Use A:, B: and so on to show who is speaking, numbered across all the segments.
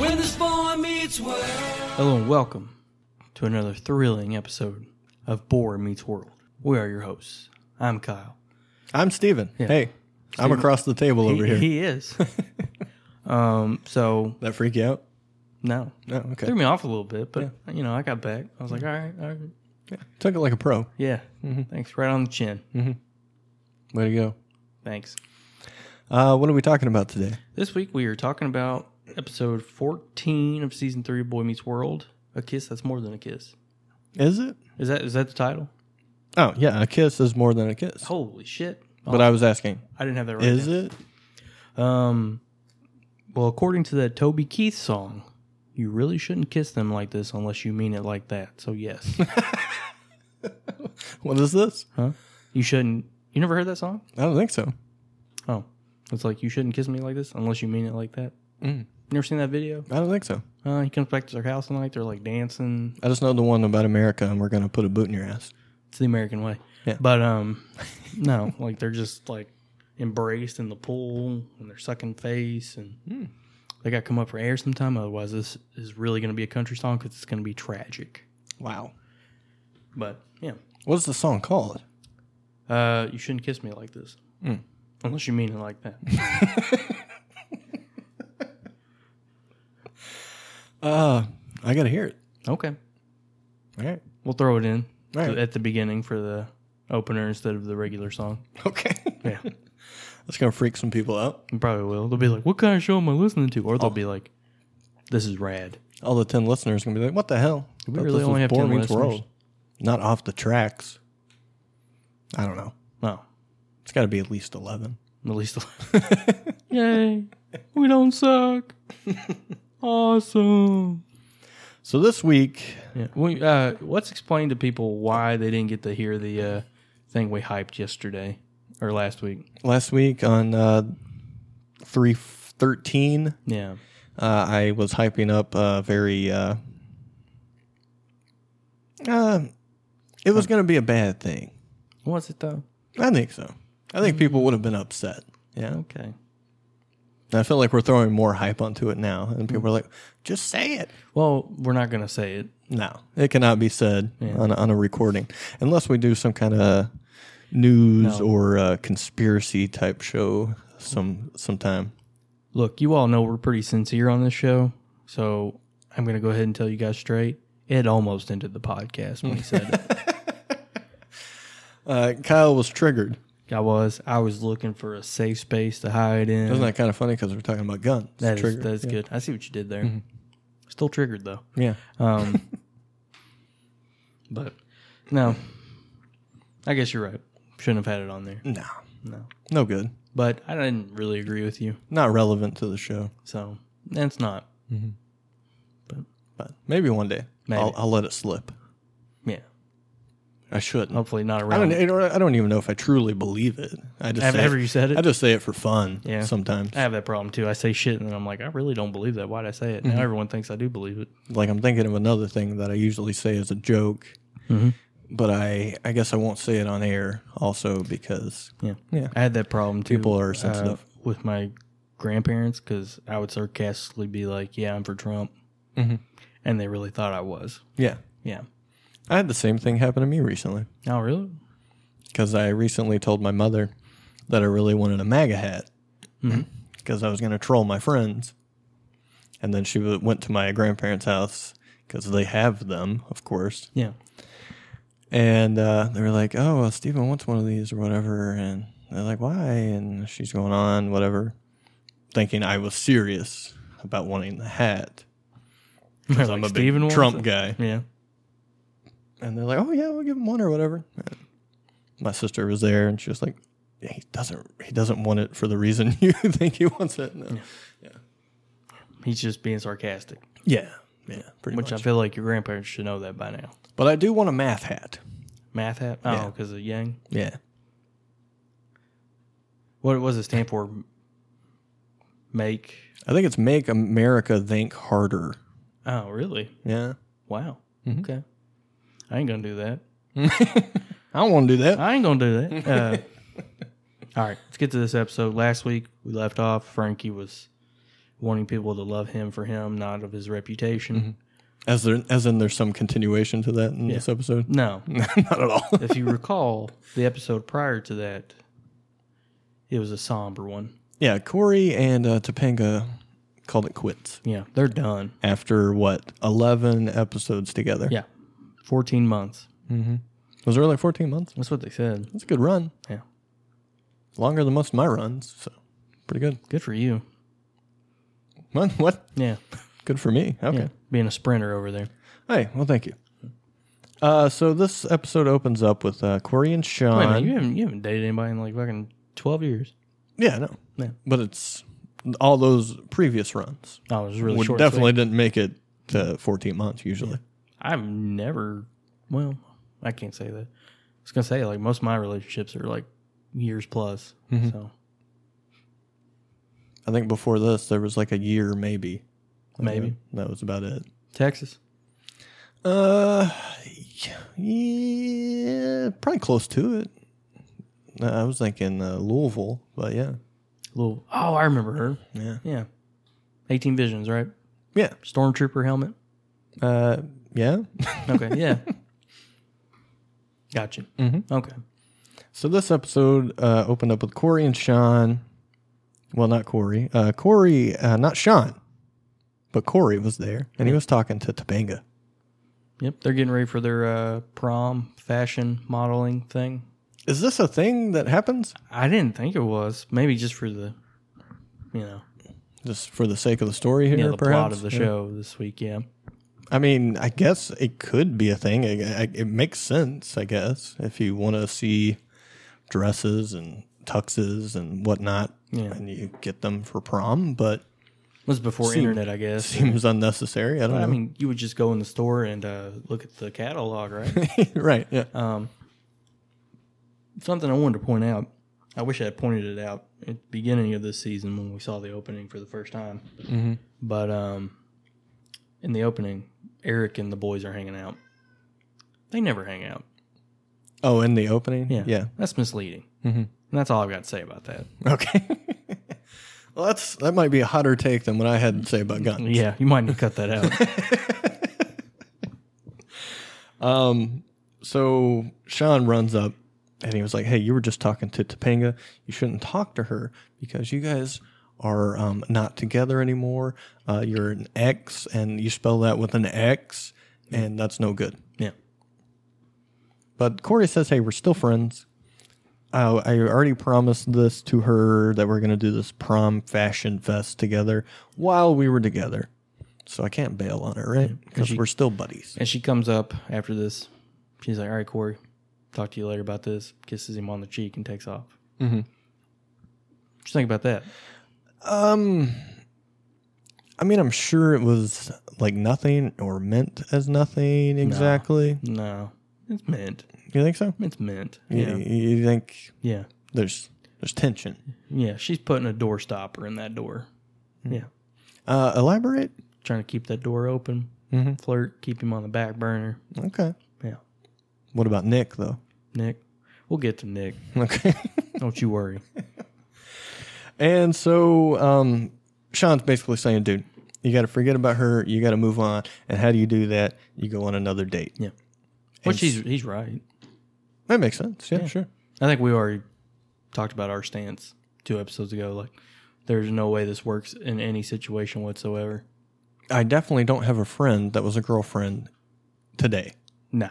A: When this boy meets world.
B: Hello and welcome to another thrilling episode of Boar Meets World. We are your hosts. I'm Kyle.
C: I'm Steven. Hey, I'm across the table over here.
B: He is. um. So
C: that freak you out?
B: no,
C: No, okay.
B: threw me off a little bit, but you know I got back. I was like, all right, all right.
C: Took it like a pro.
B: yeah.
C: Mm-hmm.
B: Thanks, right on the chin.
C: Way to go.
B: Thanks.
C: Uh, what are we talking about today?
B: This week we are talking about episode 14 of season three of Boy Meets World. A kiss that's more than a kiss.
C: Is it?
B: Is that is that the title?
C: Oh, yeah. A kiss is more than a kiss.
B: Holy shit!
C: But I was asking,
B: I didn't have that right.
C: is
B: down.
C: it?
B: Um, well, according to that Toby Keith song, you really shouldn't kiss them like this unless you mean it like that. So yes,
C: What is this?
B: you shouldn't. You never heard that song?
C: I don't think so.
B: Oh, it's like you shouldn't kiss me like this unless you mean it like that. Never seen that video?
C: I don't think so.
B: Uh, he comes back to their house tonight. They're like dancing.
C: I just know the one about America and we're going to put a boot in your ass.
B: It's the American way.
C: Yeah.
B: But um, no, like they're just like embraced in the pool and they're sucking face and they got to come up for air sometime. Otherwise, this is really going to be a country song because it's going to be tragic.
C: Wow.
B: But yeah,
C: What's the song called?
B: uh, you shouldn't kiss me like this, unless you mean it like that.
C: Uh, I got to hear it.
B: okay,
C: All right.
B: we'll throw it in
C: All right.
B: at the beginning for the opener instead of the regular song.
C: Okay.
B: Yeah,
C: That's going to freak some people out.
B: we probably will. They'll be like, "What kind of show am I listening to?" Or they'll be like, "This is rad."
C: All the 10 listeners going to be like, what the hell?
B: we
C: Thought
B: really
C: this
B: only
C: was
B: have
C: Boy
B: 10
C: Meets
B: listeners?
C: Not off the tracks. I don't know.
B: No,
C: It's got to be at least 11.
B: at least, yay, we don't suck. awesome.
C: So this week,
B: Yeah. We, uh, let's explain to people why they didn't get to hear the uh, thing we hyped yesterday or last week.
C: last week on uh, 313,
B: Yeah.
C: uh, I was hyping up a very. Uh, uh, it was going to be a bad thing.
B: What's it though?
C: I think so. I think people
B: Mm.
C: would have been upset. Yeah.
B: Okay.
C: And I feel like we're throwing more hype onto it now.
B: Mm.
C: And people are like, just say it.
B: Well, we're not going to say it.
C: No, it cannot be said on, a, on a recording unless we do some kind of news or uh, conspiracy type show some sometime.
B: Look, you all know we're pretty sincere on this show, so I'm going to go ahead and tell you guys straight. It almost ended the podcast when he said it.
C: Uh, Kyle was triggered.
B: I was I was looking for a safe space to hide in.
C: Isn't that kind of funny because we're talking about guns?
B: that is,
C: Triggered.
B: that is good. I see what you did there.
C: Mm-hmm.
B: Still triggered though.
C: yeah.
B: Um, but no, I guess you're right. Shouldn't have had it on there.
C: No. No. No good.
B: But I didn't really agree with you,
C: Not relevant to the show.
B: so that's not.
C: But maybe one day
B: Maybe.
C: I'll, I'll let it slip.
B: Yeah,
C: I shouldn't.
B: hopefully not
C: I
B: around.
C: don't. you know, I don't even know if I truly believe it. I just
B: Have-
C: say
B: ever
C: it-
B: you said it?
C: I just say it for fun.
B: Yeah.
C: Sometimes,
B: I have that problem too. I say shit and then I'm like, I really don't believe that. Why'd I say
C: Mm-hmm.
B: it? Now everyone thinks I do believe it.
C: like I'm thinking of another thing that I usually say as a joke, but I I guess I won't say it on air also because
B: Yeah.
C: Yeah.
B: I had that problem too.
C: People are
B: uh,
C: sensitive.
B: with my grandparents because I would sarcastically be like, yeah, I'm for Trump.
C: Mm-hmm.
B: And they really thought I was.
C: yeah,
B: Yeah.
C: I had the same thing happen to me recently
B: Oh, really?
C: because I recently told my mother that I really wanted a MAGA hat because I was going to troll my friends, and then she w- went to my grandparents' house because they have them, of course,
B: Yeah.
C: And uh, they were like, "Oh, well, Stephen wants one of these or whatever." And they're like, "Why?" And she's going on whatever, thinking I was serious about wanting the hat.
B: Because
C: I'm a big Trump guy.
B: Yeah.
C: And they're like, "Oh yeah, we'll give him one or whatever." And my sister was there, and she was like, he doesn't he doesn't want it for the reason you think he wants it. No.
B: He's just being sarcastic,
C: Yeah, yeah, pretty
B: which
C: much.
B: I feel like your grandparents should know that by now.
C: but I do want a math hat.
B: Math hat?
C: Yeah.
B: Oh, because of Yang.
C: Yeah,
B: What was it stand for? Make.
C: I think it's make America think harder.
B: Oh, really?
C: Yeah,
B: Wow.
C: Mm-hmm.
B: Okay. I ain't gonna do that.
C: I don't want to do that.
B: I ain't gonna do that. Uh, all right, let's get to this episode. Last week we left off. Frankie was wanting people to love him for him, not of his reputation.
C: As there, as in, there's some continuation to that in this episode.
B: No,
C: Not at all.
B: if you recall the episode prior to that, it was a somber one.
C: yeah, Corey and uh, Topanga called it quits
B: Yeah, they're done.
C: after what eleven episodes together.
B: Yeah, fourteen months.
C: was it really fourteen months?
B: That's what they said.
C: That's a good run.
B: Yeah,
C: Longer than most of my runs, so pretty good.
B: good for you.
C: What? What?
B: Yeah,
C: Good for me. Okay.
B: yeah, being a sprinter over there.
C: Hey, well, thank you. Uh, so this episode opens up with uh, Corey and Sean.
B: Wait a minute, you haven't you haven't dated anybody in like fucking twelve years.
C: Yeah, no,
B: Yeah.
C: but it's all those previous runs.
B: Oh, it was really
C: Would
B: short. and
C: definitely didn't make it to 14 months usually.
B: I've never. Well, I can't say that. I was gonna say like most of my relationships are like years plus. So
C: I think before this there was like a year maybe.
B: maybe
C: That was about it.
B: Texas.
C: Uh, yeah, probably close to it. Uh, I was thinking uh, Louisville, but yeah,
B: Little. Oh, I remember her.
C: yeah,
B: Yeah. Eighteen Visions, right?
C: yeah,
B: Stormtrooper helmet.
C: uh, yeah.
B: Okay. Yeah. gotcha. Mm-hmm. Okay.
C: So this episode uh, opened up with Corey and Sean. Well, not Corey. Uh, Corey, uh, not Sean, but Corey was there, and he was talking to Topanga.
B: Yep. They're getting ready for their uh, prom fashion modeling thing.
C: Is this a thing that happens?
B: I didn't think it was. Maybe just for the, you know,
C: Just for the sake of the story here,
B: yeah, the
C: perhaps.
B: plot of the show this week. Yeah.
C: I mean, I guess it could be a thing. I, I, it makes sense, I guess, if you want to see dresses and tuxes and whatnot,
B: Yeah.
C: and you get them for prom. But
B: was before
C: Seem-
B: internet, I guess.
C: seems unnecessary. I don't
B: I
C: know.
B: mean, you would just go in the store and uh, look at the catalog, right?
C: right? Yeah.
B: um, Something I wanted to point out. I wish I had pointed it out at the beginning of this season when we saw the opening for the first time. Mm-hmm. But um, in the opening, Eric and the boys are hanging out. They never hang out.
C: oh, in the opening. Yeah.
B: That's misleading. Mm-hmm. And that's all I've got to say about that.
C: Okay. well, that's that might be a hotter take than what I had to say about guns.
B: Yeah, you might need to cut that out.
C: Um, So Sean runs up and he was like, "Hey, you were just talking to Topanga. You shouldn't talk to her because you guys are um, not together anymore. Uh, you're an ex, and you spell that with an X, and that's no good."
B: yeah.
C: But Corey says, "Hey, we're still friends. Uh, I already promised this to her that we're going to do this prom fashion fest together while we were together, so I can't bail on her, right? Because we're still buddies."
B: And she comes up after this. She's like, "All right, Corey, talk to you later about this." Kisses him on the cheek and takes off. Mm-hmm. What you think about that?
C: Um, I mean, I'm sure it was like nothing or meant as nothing exactly.
B: No, it's mint.
C: You think so?
B: It's mint.
C: You,
B: Yeah,
C: you think
B: yeah,
C: there's there's tension?
B: yeah. She's putting a door stopper in that door. Yeah,
C: Uh, elaborate.
B: trying to keep that door open. Flirt, keep him on the back burner.
C: Okay.
B: Yeah,
C: What about Nick though?
B: Nick. We'll get to Nick.
C: Okay.
B: Don't you worry.
C: And so um, Sean's basically saying, dude, you got to forget about her. You got to move on. And how do you do that? You go on another date.
B: Yeah, which
C: And-
B: he's he's right.
C: That makes sense. Yeah, sure.
B: I think we already talked about our stance two episodes ago. Like, there's no way this works in any situation whatsoever.
C: I definitely don't have a friend that was a girlfriend today.
B: Nah.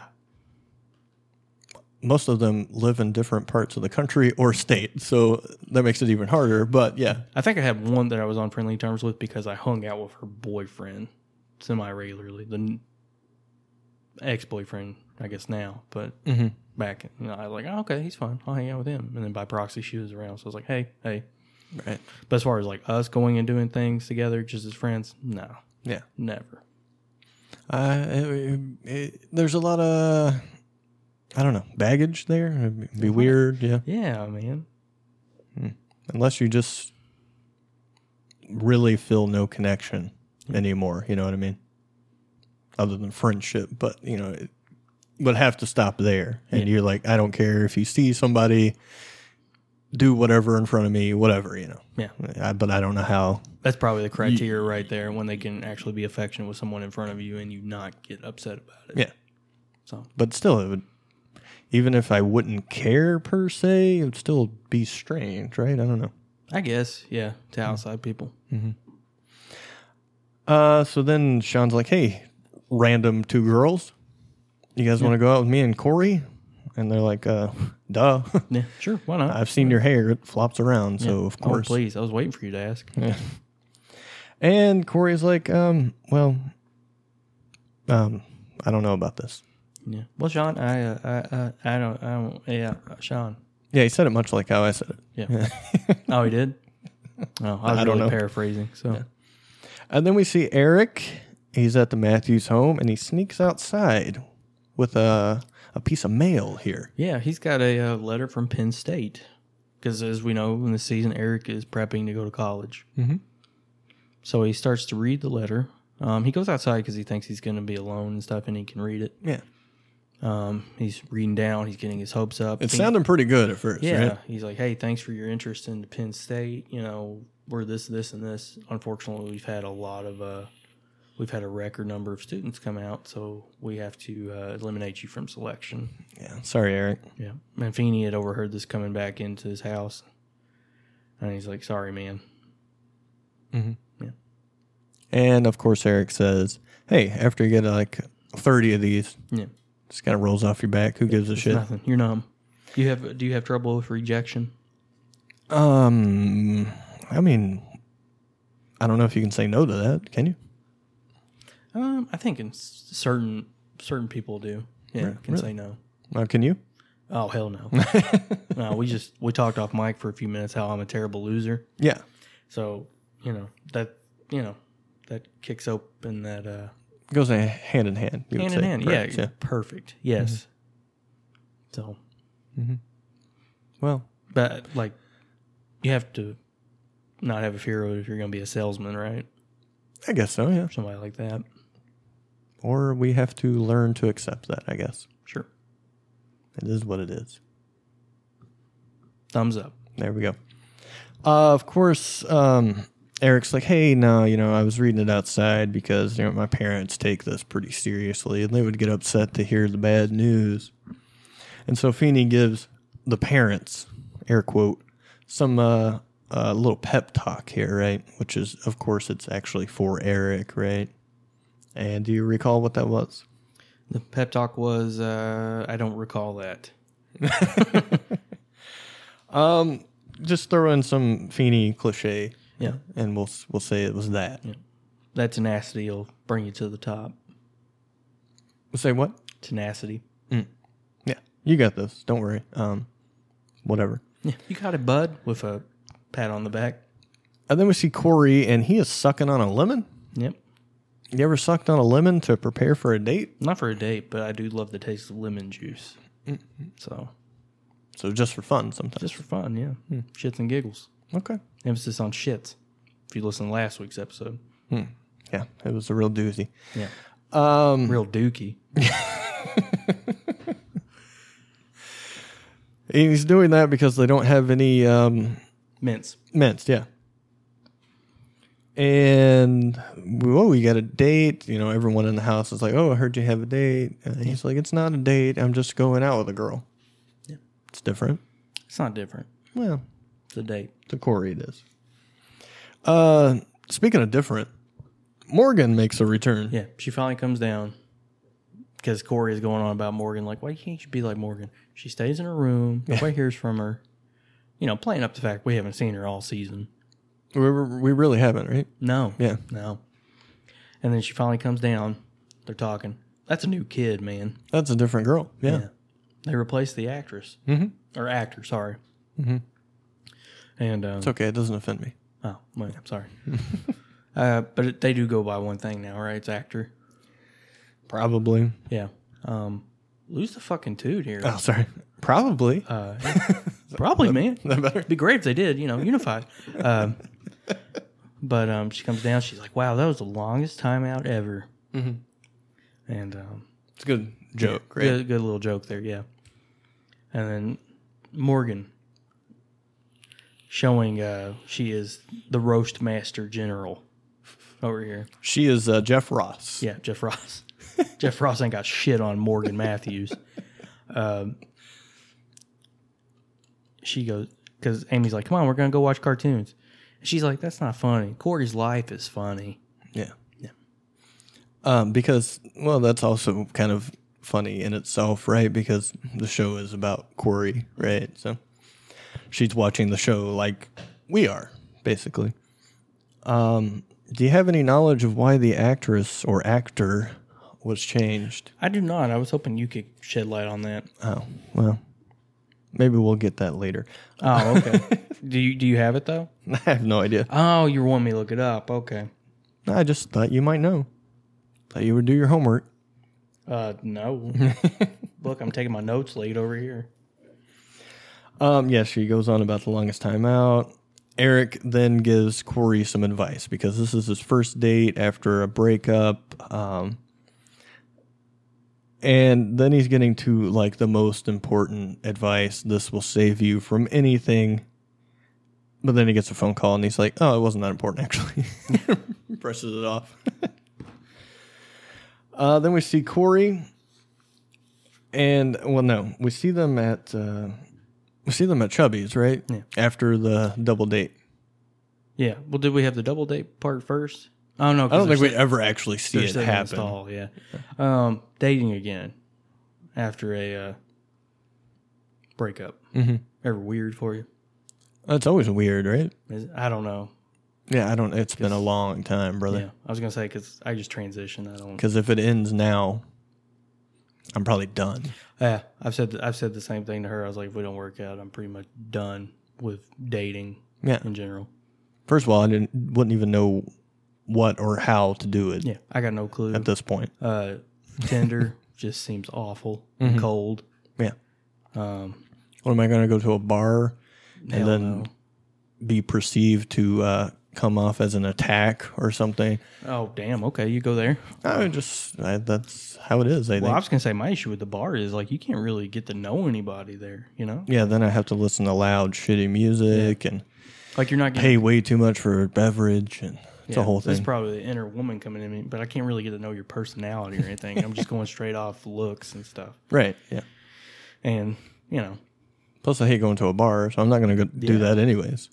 C: Most of them live in different parts of the country or state. So that makes it even harder. But yeah.
B: I think I had one that I was on friendly terms with because I hung out with her boyfriend semi regularly. The ex boyfriend, I guess now, but back. And I was like, oh, okay, he's fine. I'll hang out with him. And then by proxy, she was around. So I was like, hey, hey.
C: Right.
B: But as far as like us going and doing things together, just as friends, no,
C: Yeah.
B: never.
C: Uh, it, it, there's a lot of, I don't know, baggage there. It'd be weird. Yeah.
B: Yeah, man.
C: Unless you just really feel no connection anymore. You know what I mean? Other than friendship. But, you know, it would have to stop there. And you're like, I don't care if you see somebody do whatever in front of me, whatever, you know.
B: Yeah.
C: I, but I don't know how.
B: That's probably the criteria right there when they can actually be affectionate with someone in front of you and you not get upset about it.
C: Yeah.
B: So
C: But still, it would, even if I wouldn't care per se, it would still be strange, right? I don't know.
B: I guess, yeah, to
C: Hmm.
B: outside people.
C: Uh, so then Sean's like, "Hey, random two girls, you guys want to go out with me and Corey?" And they're like, "Uh, duh.
B: Yeah, sure. Why not?
C: I've seen your hair; it flops around, so of
B: oh,
C: course."
B: please. I was waiting for you to ask.
C: and Corey's like, "Um, well, um, I don't know about this."
B: Yeah. Well, Sean, I, uh, I, I, I don't, I don't. Yeah, Sean.
C: Yeah, he said it much like how I said it.
B: Yeah. oh, he did. Oh, I was
C: I don't
B: really
C: know.
B: paraphrasing. So
C: And then we see Eric. He's at the Matthews home, and he sneaks outside with a a piece of mail here.
B: yeah, he's got a, uh letter from Penn State because, as we know, in the season, Eric is prepping to go to college. Mm-hmm. So he starts to read the letter. Um, he goes outside because he thinks he's going to be alone and stuff, and he can read it.
C: Yeah,
B: Um, he's reading down. He's getting his hopes up.
C: it's
B: He-
C: sounding pretty good at first.
B: Yeah,
C: right?
B: he's like, hey, thanks for your interest in Penn State. You know, we're this, this, and this. Unfortunately, we've had a lot of, uh, we've had a record number of students come out, so we have to uh, eliminate you from selection.
C: yeah. Sorry, Eric.
B: Yeah, and Feeney had overheard this coming back into his house, and he's like, sorry, man.
C: And of course, Eric says, "Hey, after you get like thirty of these,
B: Yeah,
C: just kind of rolls off your back. Who gives a shit?"
B: nothing. You're numb. Do you have do you have trouble with rejection?
C: Um, I mean, I don't know if you can say no to that, can you?
B: Um, I think in s- certain certain people do. Yeah, can say no.
C: Uh, can you?
B: Oh hell no. no, we just we talked off mic for a few minutes how I'm a terrible loser.
C: Yeah,
B: So, you know, that you know, that kicks open that uh
C: it goes in- hand in hand. you would
B: hand in
C: say,
B: hand.
C: perhaps,
B: yeah, Mm-hmm. perfect. Yes. So
C: Well,
B: but like you have to not have a fear of if you're gonna be a salesman, right?
C: I guess so. Yeah.
B: Somebody like that.
C: Or we have to learn to accept that. I guess
B: Sure.
C: it is what it is.
B: Thumbs up.
C: There we go. Uh, of course, um, Eric's like, hey, no, you know, I was reading it outside because you know my parents take this pretty seriously, and they would get upset to hear the bad news. And so Feeney gives the parents, air quote, some uh, uh, little pep talk here, right? Which is, of course, it's actually for Eric, right? And do you recall what that was?
B: The pep talk was uh I don't recall that.
C: Just throw in some Feeney cliche,
B: Yeah.
C: and we'll we'll say it was that.
B: That tenacity will bring you to the top.
C: We'll say what?
B: Tenacity.
C: Yeah, you got this. Don't worry. Um, whatever.
B: Yeah. You got it, bud, with a pat on the back.
C: And then we see Corey, and he is sucking on a lemon.
B: Yep.
C: You ever sucked on a lemon to prepare for a date?
B: Not for a date, but I do love the taste of lemon juice. So
C: So just for fun, sometimes.
B: just for fun, yeah. Shits and giggles.
C: okay.
B: Emphasis on shits. If you listen to last week's episode,
C: Yeah, it was a real doozy.
B: yeah. Um, Real dookie.
C: And he's doing that because they don't have any um,
B: Mints.
C: mints. Yeah. And whoa, you got a date. You know, everyone in the house is like, "Oh, I heard you have a date." And he's like, "It's not a date. I'm just going out with a girl."
B: Yeah.
C: It's different.
B: It's not different.
C: Well,
B: It's a date.
C: to Corey it is. Uh, speaking of different, Morgan makes a return.
B: Yeah. She finally comes down because Corey is going on about Morgan. Like, why can't you be like Morgan? She stays in her room. Nobody hears from her. You know, playing up the fact we haven't seen her all season.
C: We, we really haven't, right?
B: No.
C: Yeah.
B: No. And then she finally comes down. They're talking. That's a new kid, man.
C: That's a different girl. Yeah.
B: They replaced the actress or actor, sorry. And um,
C: It's okay. It doesn't offend me.
B: oh, wait, I'm sorry. uh, but it, they do go by one thing now, right? It's actor.
C: Probably.
B: Yeah. Um, lose the fucking toot here.
C: Oh, sorry. Probably.
B: Uh, probably, man.
C: that better?
B: It'd be great if they did, you know, unify. um, but um, she comes down. She's like, "Wow, that was the longest time out ever." Mm-hmm. And um,
C: It's a good joke, right?
B: good, good little joke there, yeah. And then Morgan showing uh, she is the roast master general over here.
C: She is uh, Jeff Ross.
B: Yeah, Jeff Ross. Jeff Ross ain't got shit on Morgan Matthews. Um, she goes because Amy's like, "Come on, we're gonna go watch cartoons." And she's like, "That's not funny. Corey's life is funny."
C: Yeah. Yeah. Um, because, well, that's also kind of funny in itself, right? Because the show is about Corey, right? So she's watching the show like we are, basically. Um, do you have any knowledge of why the actress or actor was changed?
B: I do not. I was hoping you could shed light on that.
C: Oh, well, maybe we'll get that later.
B: Oh, okay. do you do you have it though?
C: I have no idea.
B: Oh, you want me to look it up? Okay.
C: I just thought you might know. Thought you would do your homework.
B: Uh, no. Look, I'm taking my notes late over here.
C: Um, yeah, she goes on about the longest time out. Eric then gives Corey some advice because this is his first date after a breakup. Um, and then he's getting to like the most important advice this will save you from anything. But then he gets a phone call and he's like, oh, it wasn't that important actually. Presses it off. uh, then we see Corey. And well, no, we see them at. Uh, we see them at Chubby's, right?
B: Yeah.
C: After the double date.
B: Yeah. Well, did we have the double date part first? Oh no,
C: I don't think we ever actually see it happen.
B: Stall, yeah. Um, dating again after a uh, breakup. Mm-hmm. Ever weird for you?
C: That's always weird, right?
B: Is- I don't know.
C: Yeah, I don't. It's been a long time,
B: Yeah,
C: brother.
B: I was gonna say because I just transitioned. I don't.
C: Because if it ends now, I'm probably done.
B: Yeah, I've said th- I've said the same thing to her. I was like, if we don't work out, I'm pretty much done with dating
C: Yeah.
B: in general.
C: First of all, I didn't wouldn't even know what or how to do it
B: Yeah, I got no clue.
C: at this point.
B: uh, Tinder just seems awful,
C: Mm-hmm.
B: cold.
C: Yeah. Um, what am I going to go to a bar and
B: Hell
C: then be perceived to uh, come off as an attack or something?
B: Oh damn. Okay, you go there.
C: I just I, that's how it is. I
B: Well, I
C: think.
B: was gonna say my issue with the bar is like you can't really get to know anybody there. You know,
C: Yeah, then I have to listen to loud, shitty music and
B: like you're not getting
C: pay way too much for a beverage, and it's a
B: Yeah,
C: whole
B: That's
C: thing.
B: probably the inner woman coming in me, but I can't really get to know your personality or anything. I'm just going straight off looks and stuff.
C: right? Yeah.
B: And you know,
C: Plus, I hate going to a bar, so I'm not going to go do that anyways.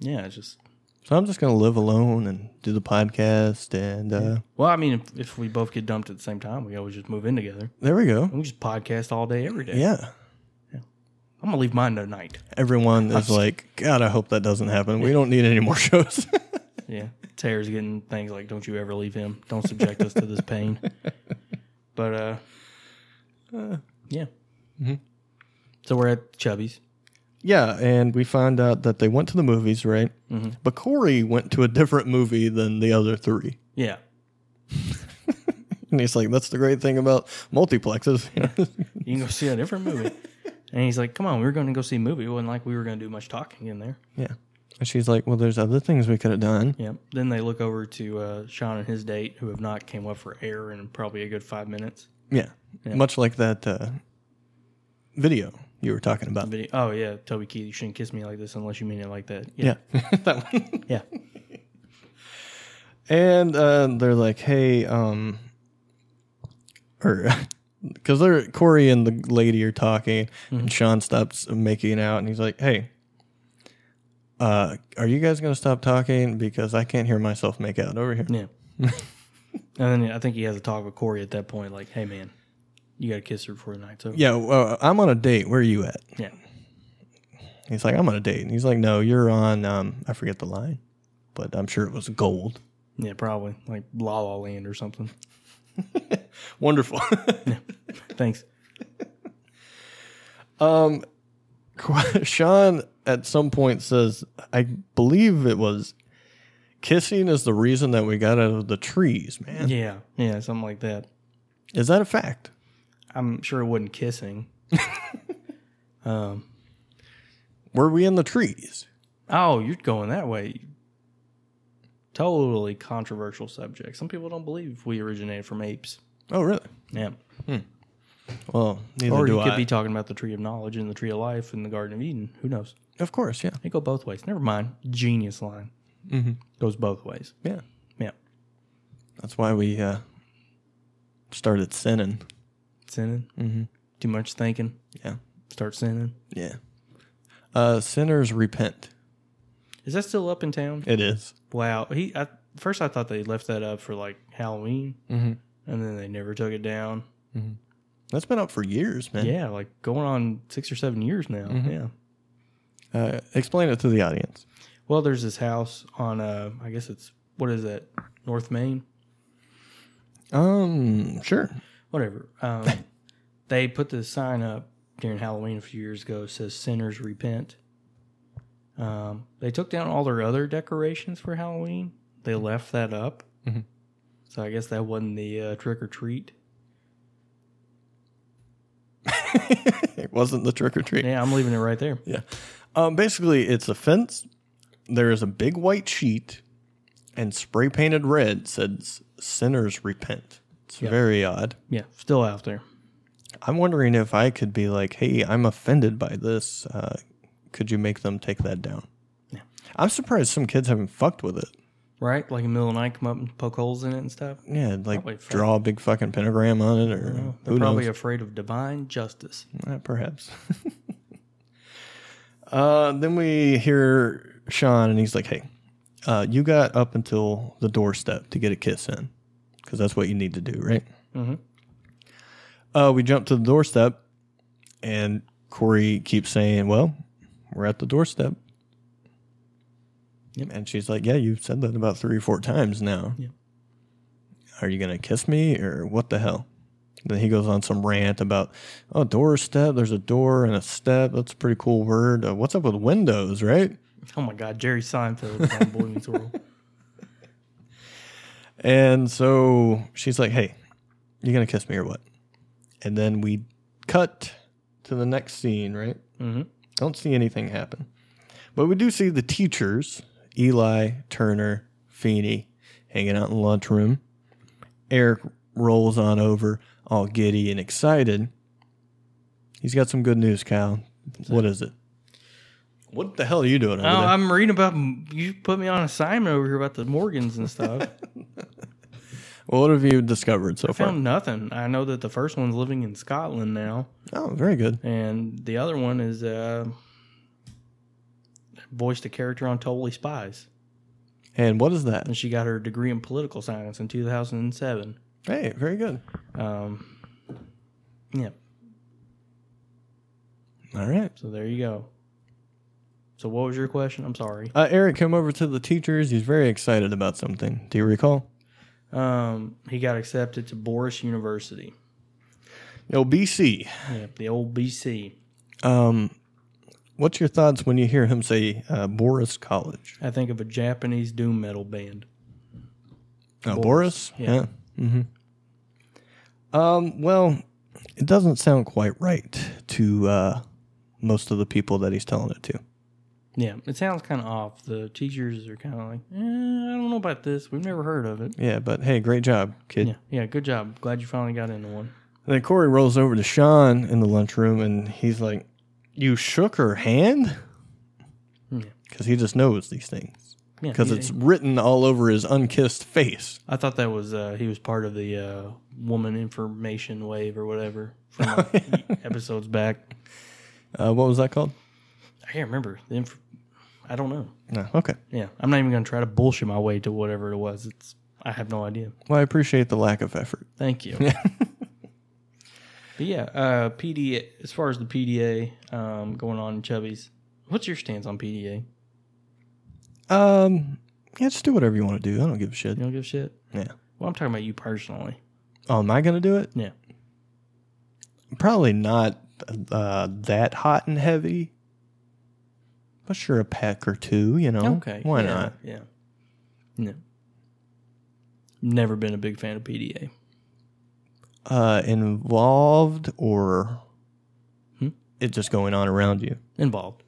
B: yeah, it's just
C: So I'm just going to live alone and do the podcast, and uh,
B: well, I mean, if, if we both get dumped at the same time, we always just move in together.
C: there we go.
B: And we just podcast all day, every day.
C: Yeah.
B: I'm gonna leave mine tonight.
C: Everyone is like, God, I hope that doesn't happen. We don't need any more shows.
B: Yeah, Tara's getting things like, "Don't you ever leave him? Don't subject us to this pain." But uh, yeah. So we're at Chubby's.
C: yeah, and we find out that they went to the movies, right? But Corey went to a different movie than the other three.
B: Yeah,
C: And he's like, that's the great thing about multiplexes. you know?
B: you can go see a different movie. and he's like, "Come on, we were going to go see a movie. It wasn't like we were going to do much talking in there."
C: Yeah. And she's like, well, there's other things we could have done.
B: Yeah. Then they look over to uh, Sean and his date, who have not came up for air in probably a good five minutes.
C: Yeah. Much like that uh, video you were talking about.
B: Video. Oh yeah, Toby Keith, you shouldn't kiss me like this unless you mean it like that.
C: Yeah. that one.
B: Yeah.
C: And uh, they're like, hey, um, or. Because they're Corey and the lady are talking, and Sean stops making out, and he's like, "Hey, uh, are you guys gonna stop talking? Because I can't hear myself make out over here."
B: Yeah. and then I think he has a talk with Corey at that point, like, "Hey man, you got to kiss her before the night's over."
C: Yeah, well, I'm on a date. Where are you at?
B: Yeah.
C: He's like, I'm on a date. And he's like, No, you're on, um, I forget the line, but I'm sure it was gold.
B: Yeah, probably like La La Land or something.
C: Wonderful.
B: Thanks.
C: Um, Sean at some point says, I believe it was kissing is the reason that we got out of the trees, man.
B: Yeah, yeah, something like that.
C: Is that a fact?
B: I'm sure it wasn't kissing. um,
C: Were we in the trees?
B: oh, you're going that way. Totally controversial subject. Some people don't believe we originated from apes.
C: Oh, really?
B: Yeah.
C: Well, neither
B: or
C: do
B: you
C: I.
B: could be talking about the tree of knowledge and the tree of life and the Garden of Eden. Who knows?
C: of course, yeah.
B: They go both ways. Never mind. Genius line. Mm-hmm. Goes both ways.
C: Yeah.
B: Yeah.
C: That's why we uh, started sinning.
B: Sinning. Mm-hmm. Too much thinking.
C: Yeah.
B: Start sinning.
C: Yeah. Uh, sinners repent.
B: Is that still up in town?
C: It is.
B: Wow. He I, first I thought they left that up for like Halloween,
C: Mhm.
B: and then they never took it down.
C: That's been up for years, man.
B: Yeah, Mm-hmm. like going on six or seven years now. Yeah.
C: Uh, explain it to the audience.
B: Well, there's this house on uh, I guess it's what is that North Main,
C: Um, sure.
B: whatever. Um, they put this sign up during Halloween a few years ago. It says "Sinners Repent." Um, they took down all their other decorations for Halloween. They left that up,
C: Mhm.
B: so I guess that wasn't the uh, trick or treat.
C: it wasn't the trick or treat.
B: Yeah, I'm leaving it right there.
C: Yeah. Um, basically, it's a fence. There is a big white sheet, and spray painted red says "Sinners repent." It's
B: Yeah.
C: very odd.
B: Yeah, still out there.
C: I'm wondering if I could be like, "Hey, I'm offended by this. Uh, could you make them take that down?" I'm surprised some kids haven't fucked with it.
B: Right? Like in the middle of the night, come up and poke holes in it and stuff.
C: Yeah, like
B: Probably fair.
C: draw a big fucking pentagram on it, or
B: They're
C: who
B: probably
C: knows?
B: afraid of divine justice.
C: Uh, perhaps. uh, then we hear Sean, and he's like, "Hey, uh, you got up until the doorstep to get a kiss in, because that's what you need to do, right?"
B: Mhm.
C: Uh, we jump to the doorstep, and Corey keeps saying, "Well, we're at the doorstep."
B: Yep.
C: And she's like, "Yeah, you've said that about three or four times now.
B: Yeah.
C: Are you gonna kiss me or what the hell?" Then he goes on some rant about, oh, doorstep. There's a door and a step. That's a pretty cool word. Uh, what's up with windows, right?
B: Oh my God, Jerry Seinfeld is on Boy Meets World.
C: And so she's like, hey, you going to kiss me or what? And then we cut to the next scene, right?
B: Mhm.
C: Don't see anything happen. But we do see the teachers, Eli, Turner, Feeney, hanging out in the lunchroom. Eric rolls on over, all giddy and excited. He's got some good news, Kyle. What is it? What the hell are you doing over
B: Oh,
C: there?
B: I'm reading about you. Put me on assignment over here about the Morgans and stuff.
C: Well, what have you discovered so far?
B: Found nothing. I know that the first one's living in Scotland now,
C: Oh, very good.
B: and the other one is uh, voiced a character on Totally Spies,
C: And what is that?
B: and she got her degree in political science in 2007.
C: Hey, very good.
B: Um, yeah.
C: All right.
B: So there you go. So what was your question? I'm sorry.
C: Uh, Eric came over to the teachers. He's very excited about something. Do you recall?
B: Um, he got accepted to Boris University.
C: No, BC.
B: Yep, the old BC.
C: Um, what's your thoughts when you hear him say uh, Boris College?
B: I think of a Japanese doom metal band.
C: Uh, Boris?
B: Boris,
C: Yeah. hmm Um, well, it doesn't sound quite right to uh, most of the people that he's telling it to.
B: Yeah, it sounds kind of off. The teachers are kind of like, eh, I don't know about this. We've never heard of it.
C: Yeah, but hey, great job, kid.
B: Yeah, yeah, good job. Glad you finally got into one.
C: And then Corey rolls over to Sean in the lunchroom and he's like, You shook her hand?
B: Yeah.
C: Because he just knows these things.
B: Yeah,
C: Because
B: he-
C: it's written all over his unkissed face.
B: I thought that was uh, he was part of the uh, woman information wave or whatever from like, episodes back.
C: Uh, what was that called?
B: I can't remember. The inf- I don't know.
C: No. Okay.
B: Yeah, I'm not even gonna try to bullshit my way to whatever it was. It's I have no idea.
C: Well, I appreciate the lack of effort.
B: Thank you. but yeah, uh, PDA. As far as the PDA um, going on in Chubby's, what's your stance on PDA?
C: Um, yeah, just do whatever you want to do. I don't give a shit.
B: You don't give a shit.
C: Yeah.
B: Well, I'm talking about you personally.
C: Oh, am I going to do it?
B: Yeah.
C: Probably not uh, that hot and heavy, but sure, a pack or two, you know.
B: Okay.
C: Why
B: yeah,
C: not?
B: Yeah. No. Never been a big fan of PDA.
C: Uh, involved or
B: Hmm?
C: it just going on around you?
B: Involved.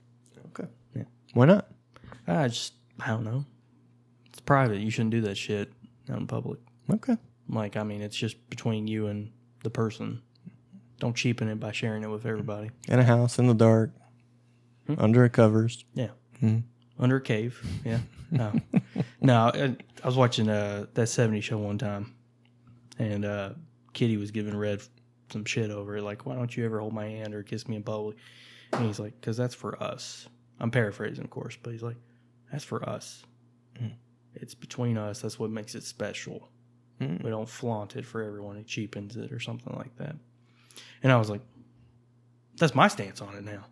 C: Okay.
B: Yeah.
C: Why not?
B: I just I don't know. It's private. You shouldn't do that shit out in public.
C: Okay.
B: Like I mean, it's just between you and the person. Don't cheapen it by sharing it with everybody.
C: In a house, in the dark, under covers.
B: Yeah. Under a cave. Yeah. No. no, I, I was watching uh, that 70 show one time, and uh, Kitty was giving Red some shit over it. Like, why don't you ever hold my hand or kiss me in public? And he's like, because that's for us. I'm paraphrasing, of course, but he's like, that's for us. It's between us. That's what makes it special. We don't flaunt it for everyone. It cheapens it or something like that. And I was like, that's my stance on it now.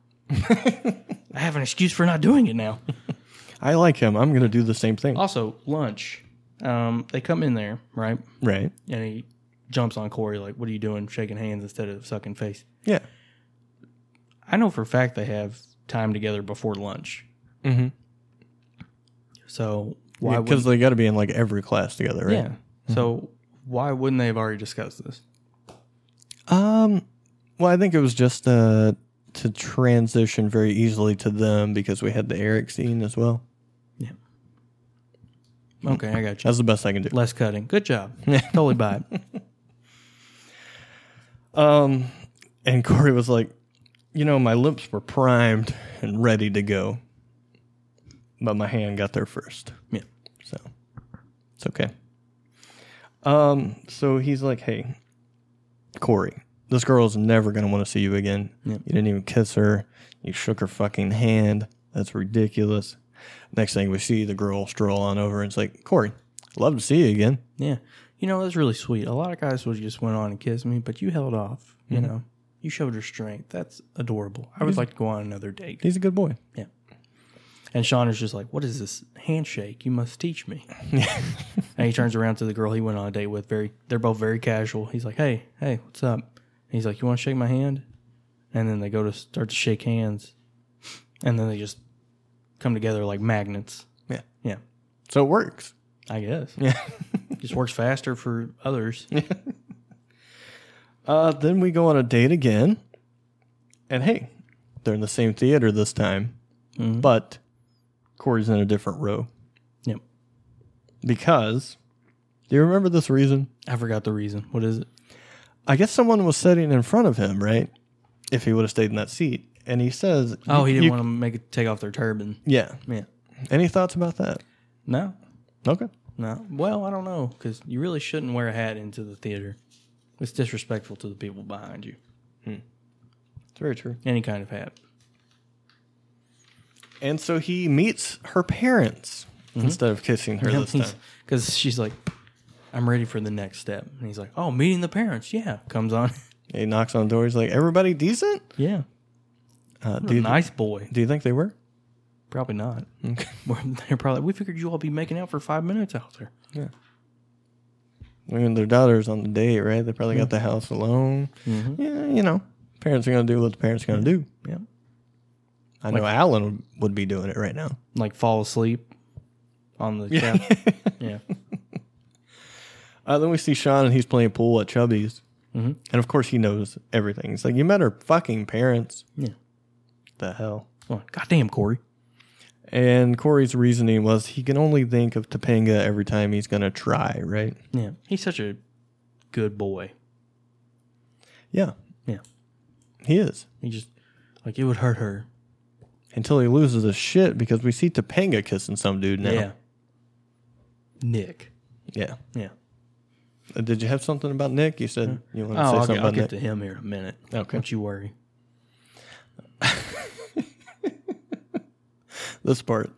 B: I have an excuse for not doing it now.
C: I like him. I'm going to do the same thing.
B: Also, lunch. Um, they come in there, right?
C: Right.
B: And he jumps on Corey, like, what are you doing? Shaking hands instead of sucking face.
C: Yeah.
B: I know for a fact they have time together before lunch.
C: Mm-hmm.
B: So why
C: Because
B: would
C: they got to be in like every class together, right?
B: Yeah. So why wouldn't they have already discussed this?
C: Um, well, I think it was just uh, to transition very easily to them because we had the Eric scene as well.
B: Okay, I got you.
C: That's the best I can do.
B: Less cutting. Good job. totally buy it.
C: Um, and Corey was like, you know, my lips were primed and ready to go, but my hand got there first.
B: Yeah.
C: So it's okay. Um, so he's like, Hey, Corey, this girl's never gonna want to see you again.
B: Yeah.
C: You didn't even kiss her, you shook her fucking hand. That's ridiculous. Next thing we see the girl stroll on over and it's like, Corey, love to see you again.
B: Yeah. You know, that's really sweet. A lot of guys would have just went on and kissed me, but you held off, you know. You showed your strength. That's adorable. I would like to go on another date.
C: He's a good boy.
B: And Sean is just like, What is this handshake? You must teach me. and he turns around to the girl he went on a date with. Very they're both very casual. He's like, Hey, hey, what's up? And he's like, You wanna shake my hand? And then they go to start to shake hands. And then they just come together like magnets.
C: Yeah.
B: Yeah.
C: So it works.
B: I guess.
C: Yeah.
B: just works faster for others.
C: Uh, then we go on a date again. And hey, they're in the same theater this time,
B: Mm-hmm.
C: but Corey's in a different row
B: Yep.
C: because do you remember this reason?
B: I forgot the reason. What is it?
C: I guess someone was sitting in front of him, right? If he would have stayed in that seat. And he says,
B: Oh, he didn't
C: you-
B: want to make it take off their turban.
C: Yeah.
B: Yeah.
C: Any thoughts about that?
B: No.
C: Okay.
B: No. Well, I don't know because you really shouldn't wear a hat into the theater. It's disrespectful to the people behind you.
C: It's very true.
B: Any kind of hat.
C: And so he meets her parents
B: Mm-hmm.
C: instead of kissing her this time.
B: Because she's like, I'm ready for the next step. And he's like, Oh, meeting the parents. Yeah. Comes on.
C: He knocks on doors like, everybody decent?
B: yeah.
C: Uh,
B: What a
C: do, you,
B: nice boy.
C: do you think they were?
B: Probably not. They're probably, we figured you all be making out for five minutes out there.
C: I mean, their daughter's on the date, right? They probably got the house alone. Yeah, you know, parents are gonna do what the parents are gonna do.
B: Yeah.
C: I know Alan would, would be doing it right now.
B: Like fall asleep on the couch. yeah.
C: Uh, then we see Sean and he's playing pool at Chubby's, and of course he knows everything. He's like, "You met her fucking parents."
B: Yeah.
C: The hell.
B: Come on. Goddamn, Corey.
C: And Corey's reasoning was he can only think of Topanga every time he's gonna try, right?
B: Yeah. He's such a good boy.
C: Yeah,
B: Yeah.
C: he is.
B: He just, like, it would hurt her.
C: Until he loses his shit because we see Topanga kissing some dude now.
B: Yeah. Nick.
C: Yeah.
B: Yeah.
C: Uh, Did you have something about Nick? You said you want to
B: Oh,
C: say
B: I'll,
C: something
B: get, I'll
C: about Nick.
B: get to him here in a minute.
C: Okay.
B: Don't you worry.
C: this part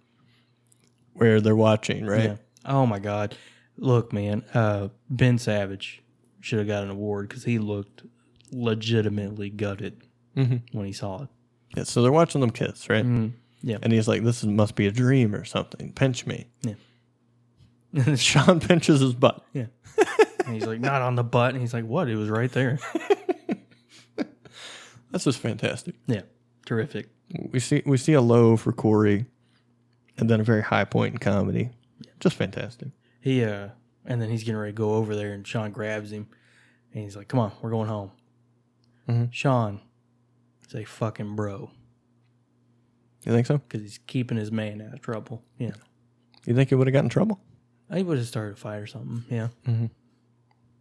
C: where they're watching, right?
B: Yeah. Oh my God. Look, man. Uh, ben Savage should have got an award because he looked legitimately gutted
C: Mm-hmm.
B: when he saw it.
C: Yeah, so they're watching them kiss, right?
B: Mm-hmm. Yeah.
C: And he's like, "This is- must be a dream or something. Pinch me."
B: And
C: Sean pinches his butt.
B: he's like, not on the butt. And he's like, what? It was right there.
C: That's just fantastic.
B: Yeah, terrific.
C: We see we see a low for Corey, and then a very high point in comedy. Just fantastic.
B: He uh, and then he's getting ready to go over there, and Sean grabs him, and he's like, "Come on, we're going home."
C: Mhm.
B: Sean is a fucking bro
C: You think so?
B: because he's keeping his man out of trouble. Yeah,
C: You think he would have gotten in trouble?
B: he would have started a fight or something. Yeah,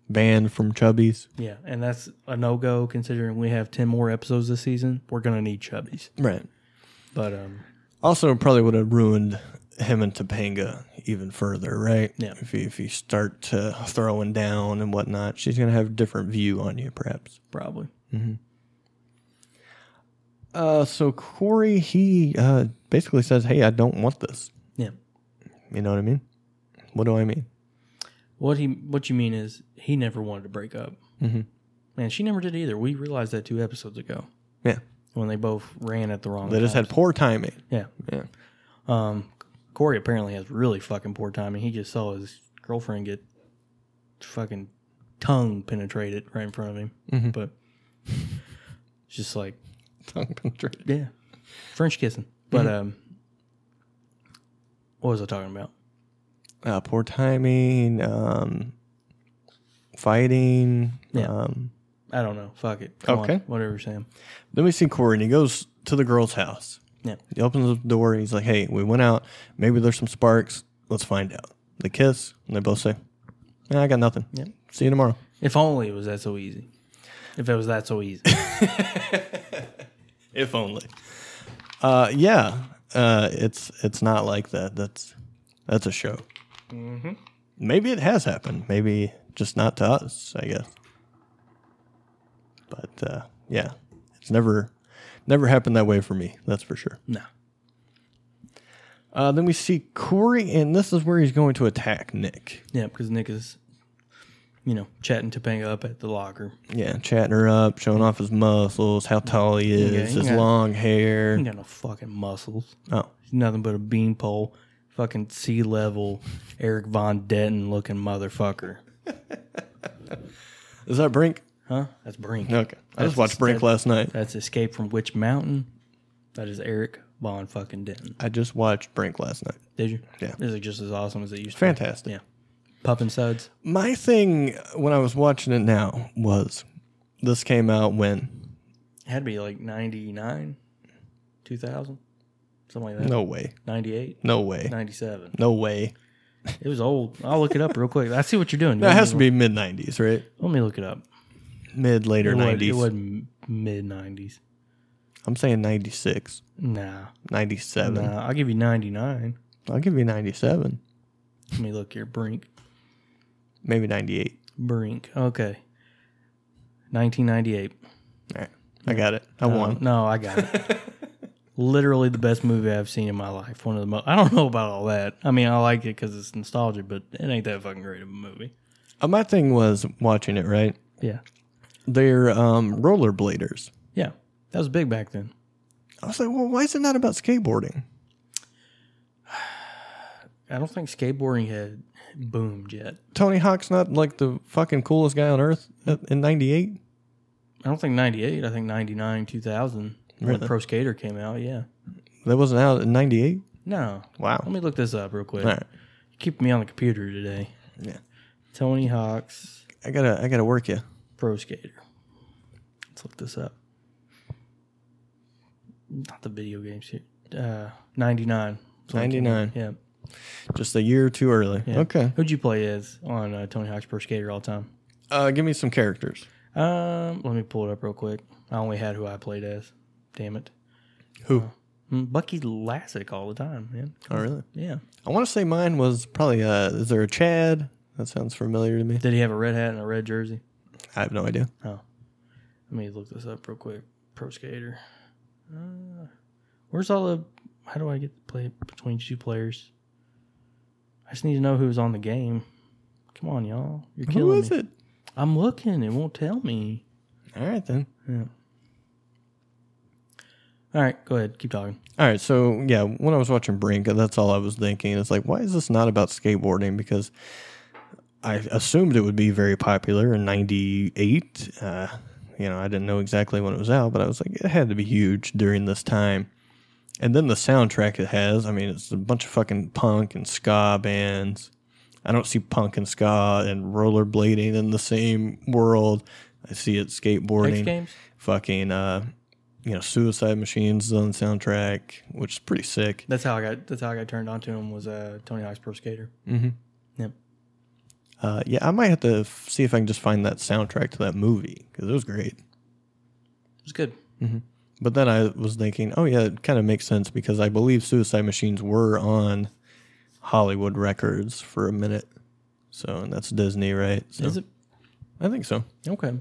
C: Banned from Chubby's.
B: yeah, and that's a no go considering we have ten more episodes this season. We're gonna need chubbies,
C: Right.
B: but um,
C: Also, probably would have ruined him and Topanga even further, right?
B: Yeah.
C: If you, if you start to throwing down and whatnot, she's gonna have a different view on you, perhaps.
B: probably
C: Uh, so Corey, he uh, basically says, "Hey, I don't want this."
B: yeah.
C: You know what I mean? What do I mean?
B: What he what you mean is he never wanted to break up, mm-hmm. and she never did either. We realized that two episodes ago
C: Yeah,
B: when they both ran at the wrong.
C: they just had
B: times.
C: poor timing.
B: yeah.
C: Yeah,
B: Um, Corey apparently has really fucking poor timing. He just saw his girlfriend get fucking tongue penetrated right in front of him,
C: Mm-hmm.
B: but it's just like
C: tongue penetrated.
B: yeah, French kissing. But um, what was I talking about?
C: Uh, poor timing. Um, fighting.
B: Yeah.
C: Um,
B: I don't know. Fuck it. Come
C: Okay.
B: on. Whatever, Sam.
C: then we see Corey, and he goes to the girl's house.
B: Yeah.
C: He opens the door. He's like, "Hey, we went out. Maybe there's some sparks. Let's find out." They kiss, and they both say, "Nah, "I got nothing.
B: Yeah.
C: See you tomorrow."
B: If only it was that so easy. If it was that so easy.
C: if only. Uh, yeah, uh, it's it's not like that. That's that's a show. Maybe it has happened. Maybe just not to us. I guess. But uh, yeah, it's never never happened that way for me. That's for sure.
B: no.
C: Uh, then we see Corey, and this is where he's going to attack Nick.
B: Yeah, because Nick is, you know, chatting Topanga up at the locker.
C: Yeah, chatting her up, showing off his muscles, how tall he is,
B: Yeah,
C: his
B: yeah.
C: long
B: He
C: hair.
B: ain't got no fucking muscles.
C: Oh,
B: He's nothing but a beanpole, fucking sea level, Eric Von Detten looking motherfucker.
C: is that Brink?
B: Huh? That's Brink.
C: Okay, I
B: That's-
C: just watched Brink
B: that-
C: last night.
B: That's Escape from Witch Mountain. That is Eric Von fucking Denton.
C: I just watched Brink last night.
B: Did you?
C: Yeah.
B: Is it just as awesome as it used to be?
C: Fantastic.
B: Yeah. Puffin Suds.
C: My thing when I was watching it now was this came out when?
B: had to be like 99, 2000, something like that.
C: No way.
B: 98,
C: No way.
B: 97.
C: No way.
B: It was old. I'll look it up real quick. I see what you're doing.
C: That has to be mid 90s, right?
B: Let me look it up.
C: Mid later
B: It wa-
C: 90s.
B: It wasn't mid 90s.
C: I'm saying 96,
B: Nah.
C: 97.
B: Nah. I'll give you 99.
C: I'll give you 97,
B: Let me look here. Brink.
C: maybe 98.
B: Brink. Okay. 1998.
C: All right. I got it. I
B: No,
C: won.
B: No, I got it. Literally the best movie I've seen in my life. One of the most. I don't know about all that. I mean, I like it because it's nostalgia, but it ain't that fucking great of a movie.
C: Uh, my thing was watching it, right?
B: Yeah.
C: They're um, rollerbladers.
B: Yeah. That was big back then.
C: I was like, well, why is it not about skateboarding?
B: I don't think skateboarding had boomed yet.
C: Tony Hawk's not like the fucking coolest guy on earth uh, in 98?
B: I don't think 98. I think 99, 2000 when
C: Really?
B: Pro Skater came out. Yeah.
C: That wasn't out in 98?
B: No.
C: Wow.
B: Let me look this up real quick.
C: All right.
B: Keep me on the computer today.
C: Yeah.
B: Tony Hawk's
C: I gotta I gotta work you.
B: Pro Skater. Let's look this up. Not the video games here. Uh, 99. So I can't-
C: 99.
B: Yeah.
C: Just a year or two early.
B: yeah.
C: Okay.
B: Who'd you play as on uh, Tony Hawk's Pro Skater all the time?
C: Uh, give me some characters.
B: Um, let me pull it up real quick. I only had who I played as. Damn it.
C: Who?
B: Mm, Bucky Lassick all the time, man.
C: oh, really?
B: Yeah.
C: I want to say mine was probably. Uh, is there a Chad? That sounds familiar to me.
B: Did he have a red hat and a red jersey?
C: I have no idea.
B: Let me look this up real quick. Pro skater. Uh, where's all the? How do I get to play between two players? I just need to know who's on the game. Come on, y'all! You're killing
C: Who is
B: me.
C: it?
B: I'm looking. It won't tell me.
C: All right then.
B: All right, go ahead. Keep talking.
C: All right. So yeah, when I was watching Brink, that's all I was thinking. It's like, why is this not about skateboarding? Because I assumed it would be very popular in '98. Uh, you know, I didn't know exactly when it was out, but I was like, it had to be huge during this time. And then the soundtrack it has, I mean, it's a bunch of fucking punk and ska bands. I don't see punk and ska and rollerblading in the same world. I see it skateboarding,
D: games?
C: fucking, uh, you know, Suicide Machines on the soundtrack, which is pretty sick.
B: That's how I got. That's how I got turned on to him was uh, Tony Hawk's Pro Skater.
C: Mm-hmm. Uh, yeah, I might have to f- see if I can just find that soundtrack to that movie because it was great.
B: It was good.
C: But then I was thinking, oh yeah, it kind of makes sense because I believe Suicide Machines were on Hollywood Records for a minute. So and that's Disney, right? So,
B: Is it
C: I think so.
B: okay?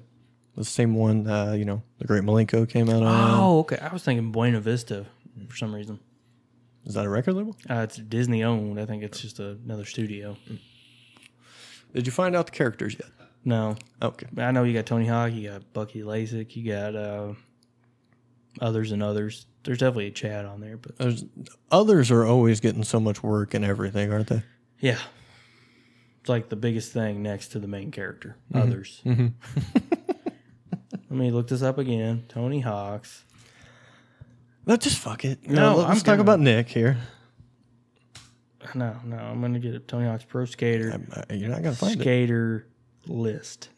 C: The same one, uh, you know, The Great Malenko came out on.
B: Oh, okay. I was thinking Buena Vista for some reason.
C: Is that a record label?
B: Uh, it's Disney owned. I think it's just another studio.
C: Did you find out the characters yet?
B: No,
C: Okay.
B: I know you got Tony Hawk, you got Bucky Lasik, you got uh, others and others. There's definitely a Chad on there, but
C: There's, others are always getting so much work and everything, aren't they?
B: yeah, it's like the biggest thing next to the main character.
C: Mm-hmm.
B: Others. Let me look this up again. Tony Hawk's.
C: No, just fuck it.
B: No,
C: No, let's
B: I'm
C: talk
B: gonna-
C: about Nick here.
B: No, no, I'm gonna get it. Tony Hawk's Pro Skater
C: I- I- uh, you're not gonna find it.
B: Skater list.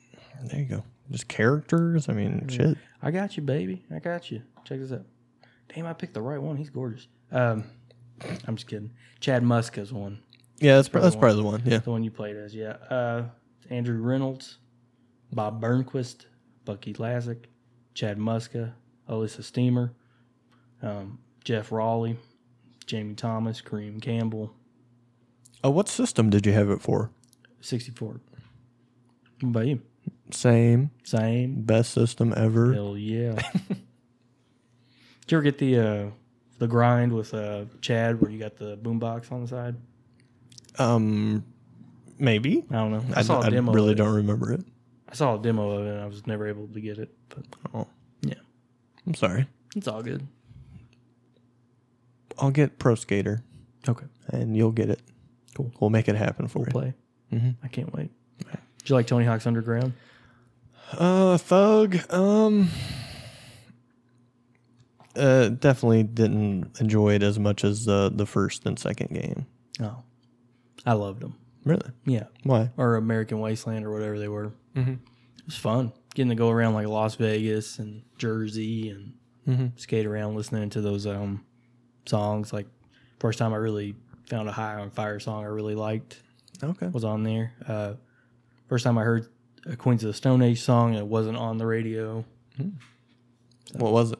C: There you go. Just characters. I mean, shit.
B: I got you, baby. I got you. Check this out. Damn, I picked the right one. He's gorgeous. Um, I'm just kidding. Chad Muska's one.
C: Yeah, that's, probably that's probably the one. Yeah.
B: The one you played as, yeah. Uh, Andrew Reynolds, Bob Burnquist, Bucky Lazick, Chad Muska, Alyssa Steamer, um, Jeff Raleigh, Jamie Thomas, Kareem Campbell,
C: Oh, what system did you have it for?
B: 64. What about you?
C: Same.
B: Same.
C: Best system ever.
B: Hell yeah. Did you ever get the uh, the grind with uh, Chad where you got the boombox on the side?
C: Um, maybe.
B: I don't know. I,
C: I,
B: saw a
C: I
B: demo. of
C: really
B: it.
C: don't remember it.
B: I saw a demo of it and I was never able to get it, but
C: Oh,
B: yeah.
C: I'm sorry.
B: It's all good.
C: I'll get Pro Skater,
B: Okay.
C: and you'll get it.
B: Cool.
C: We'll make it happen for you.
B: play. I can't wait. Did you like Tony Hawk's Underground?
C: Uh, Thug. Um. Uh, definitely didn't enjoy it as much as the the first and second game.
B: No, I loved them.
C: Really?
B: Yeah,
C: Why?
B: or American Wasteland or whatever they were. Mm-hmm. It was fun getting to go around like Las Vegas and Jersey and skate around listening to those um songs. Like first time I really found a High on Fire song I really liked
C: Okay.
B: was on there. Uh, first time I heard a Queens of the Stone Age song that wasn't on the radio.
C: What was it?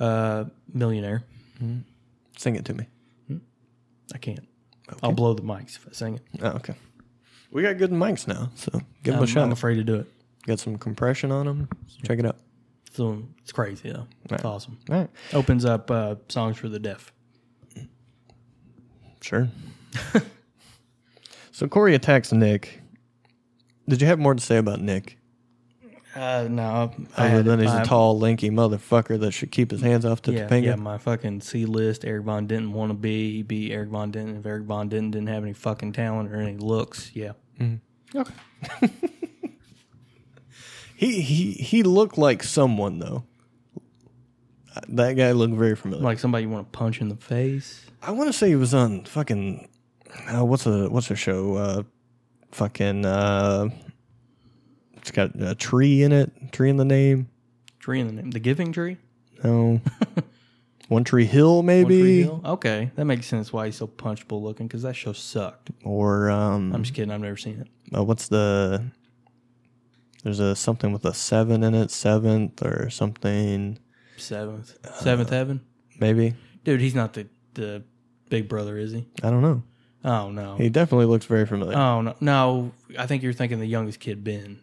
B: Uh, Millionaire.
C: Sing it to me.
B: I can't. I'll blow the mics if I sing it.
C: Oh, okay. We got good mics now, so give them a
B: I'm-
C: shot.
B: I'm afraid to do it.
C: Got some compression on them. Check it out.
B: So it's crazy though. It's
C: Right.
B: awesome.
C: All right.
B: Opens up uh, songs for the deaf.
C: Sure. so Corey attacks Nick. Did you have more to say about Nick?
B: Uh, no, I
C: Other
B: had
C: than he's
B: my-
C: a tall, linky motherfucker that should keep his hands off the
B: Yeah,
C: Topanga.
B: yeah, my fucking C list. Eric Von Denton want to be. He beat Eric Von Denton. If Eric Von Denton didn't have any fucking talent or any looks, yeah,
C: He he he looked like someone though. Uh, That guy looked very familiar.
B: like somebody you want to punch in the face.
C: I want to say he was on fucking uh, what's a what's a show? Uh, fucking uh, it's got a tree in it. Tree in the name.
B: Tree in the name, the Giving Tree.
C: No. One Tree Hill,
B: One Tree
C: maybe,
B: Hill? Okay, that makes sense. Why he's so punchable looking? Because that show sucked.
C: or um,
B: I'm just kidding. I've never seen it.
C: uh, what's the? There's a something with a seven in it, seventh or something,
B: Seventh, Seventh Heaven.
C: maybe.
B: Dude, he's not the the big brother, is he?
C: I don't know.
B: Oh no,
C: He definitely looks very familiar.
B: Oh no, no! I think you're thinking the youngest kid, Ben.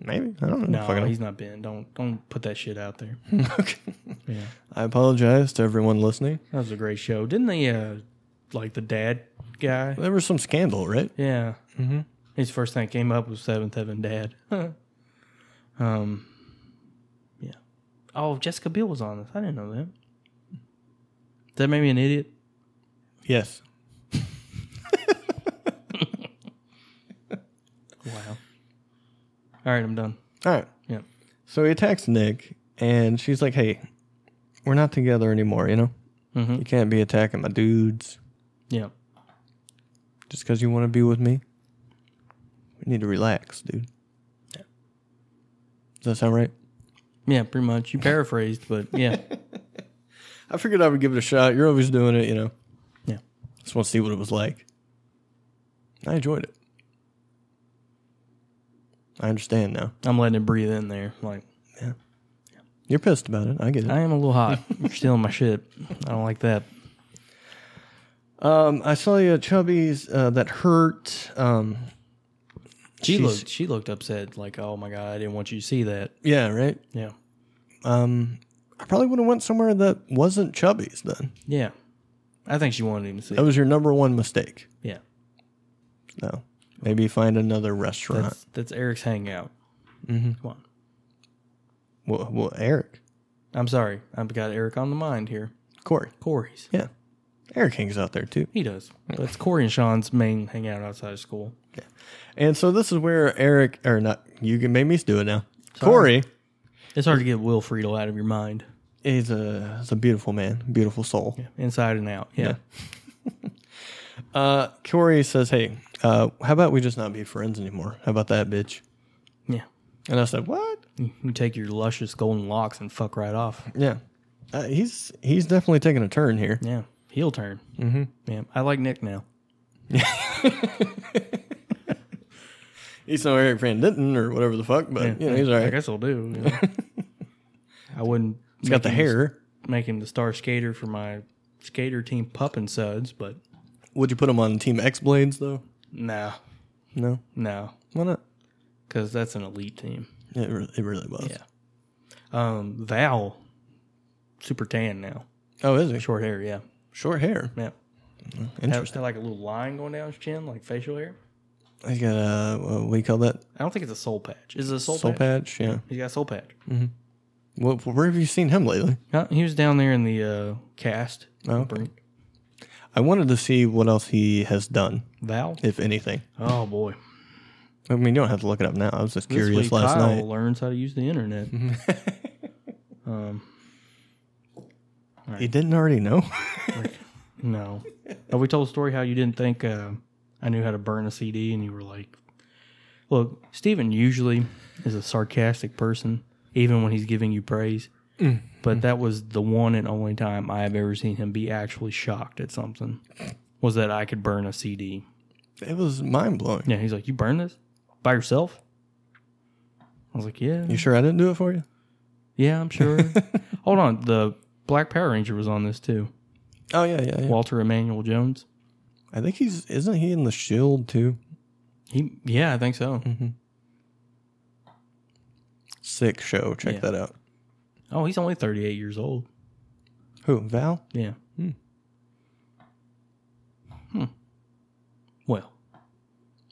C: maybe I don't know.
B: No,
C: Fucking know.
B: he's not Ben. Don't don't put that shit out there. Yeah,
C: I apologize to everyone listening.
B: that was a great show. Didn't they? Uh, like the dad guy.
C: There was some scandal, right?
B: Yeah. Mm-hmm. His first thing that came up was Seventh Heaven Dad. um, yeah. Oh, Jessica Biel was on this. I didn't know that. Does that make me an idiot?
C: Yes.
B: Wow. All right, I'm done.
C: All right.
B: Yeah.
C: So he attacks Nick, and she's like, "Hey, we're not together anymore. You know,
B: Mhm.
C: you can't be attacking my dudes
B: Yeah.
C: just because you want to be with me. We need to relax, dude." Does that sound right?
B: Yeah, pretty much. You paraphrased, but yeah.
C: I figured I would give it a shot. You're always doing it, you know.
B: Yeah.
C: Just want to see what it was like. I enjoyed it. I understand now.
B: I'm letting it breathe in there. Like,
C: You're pissed about it. I get it.
B: I am a little hot. You're stealing my shit. I don't like that.
C: Um, I saw you at Chubby's. Uh, that hurt. Um,
B: She
C: She's-
B: looked she looked upset, like, oh my god, I didn't want you to see that.
C: yeah, right.
B: Yeah.
C: Um, I probably would have went somewhere that wasn't Chubby's. Then
B: Yeah. I think she wanted him to see
C: that
B: it.
C: was your number one mistake.
B: Yeah.
C: No, maybe find another restaurant.
B: That's that's Eric's hangout.
C: Mhm.
B: Come on.
C: Well, well, Eric,
B: I'm sorry. I've got Eric on the mind here.
C: Corey,
B: Corey's.
C: yeah, Eric hangs out there too.
B: He does. But it's Corey and Sean's main hangout outside of school.
C: And so this is where Eric, or not, you can make me do it now. Corey
B: It's hard to get Will Friedle out of your mind.
C: is a is a beautiful man, beautiful soul.
B: Inside and out. Yeah.
C: Uh, Corey says, "Hey, uh, how about we just not be friends anymore? How about that, bitch?"
B: Yeah.
C: And I said, "What?"
B: You take your luscious golden locks and fuck right off.
C: Yeah, uh, he's he's definitely taking a turn here.
B: Yeah. Heel turn. Mm-hmm. Yeah. I like Nick now.
C: He's no Eric Van Denton or whatever the fuck, but you know he's all
B: I
C: right.
B: guess he'll do. you know. I wouldn't.
C: He's got the hair.
B: Make him the star skater for my skater team, Pup and Suds, but
C: Would you put him on Team X Blades though?
B: no,
C: No,
B: no,
C: why not?
B: because that's an elite team.
C: It really, it really was.
B: Yeah. Um, Val, super tan now,
C: Oh, is he short,
B: short hair. Yeah,
C: short hair?
B: yeah. Has
C: Interesting.
B: that like a little line going down his chin, like facial hair?
C: He's got a what do you call that?
B: I don't think it's a soul patch. Is it a soul,
C: Soul
B: patch?
C: patch. Yeah.
B: He's got a soul patch.
C: Well, where have you seen him lately?
B: Uh, He was down there in the uh, cast.
C: Oh.
B: Brink-
C: I wanted to see what else he has done,
B: Val.
C: if anything.
B: Oh boy.
C: I mean, you don't have to look it up now. I was just
B: This
C: curious
B: week,
C: last
B: Kyle
C: night.
B: learns how to use the internet. um,
C: He didn't already know.
B: no, but we told a story how you didn't think uh, I knew how to burn a CD, and you were like, "Look, Steven usually is a sarcastic person, even when he's giving you praise."
C: Mm.
B: But that was the one and only time I have ever seen him be actually shocked at something. Was that I could burn a CD?
C: it was mind blowing.
B: Yeah, he's like, "You burn this by yourself?" I was like, "Yeah."
C: You sure I didn't do it for you?
B: Yeah, I'm sure. Hold on, the Black Power Ranger was on this too.
C: Oh yeah, yeah. yeah.
B: Walter Emanuel Jones.
C: I think he's isn't he in the Shield too?
B: He, yeah, I think so.
C: Sick show. Check
B: Yeah.
C: that out.
B: Oh, he's only 38 years old.
C: Who? Val?
B: Yeah. Hmm. Well,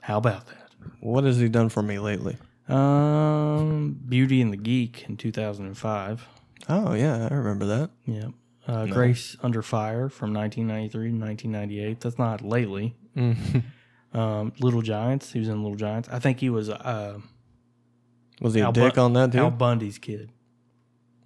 B: how about that?
C: What has he done for me lately?
B: Um, Beauty and the Geek in 2005.
C: Oh yeah, I remember that.
B: Yeah. Uh, Grace Under Fire from 1993 to 1998. That's not lately. Mm-hmm. Um, Little Giants. He was in Little Giants. I think he was uh,
C: Was he a
B: Al
C: dick
B: Bu-
C: on that too?
B: Al Bundy's kid.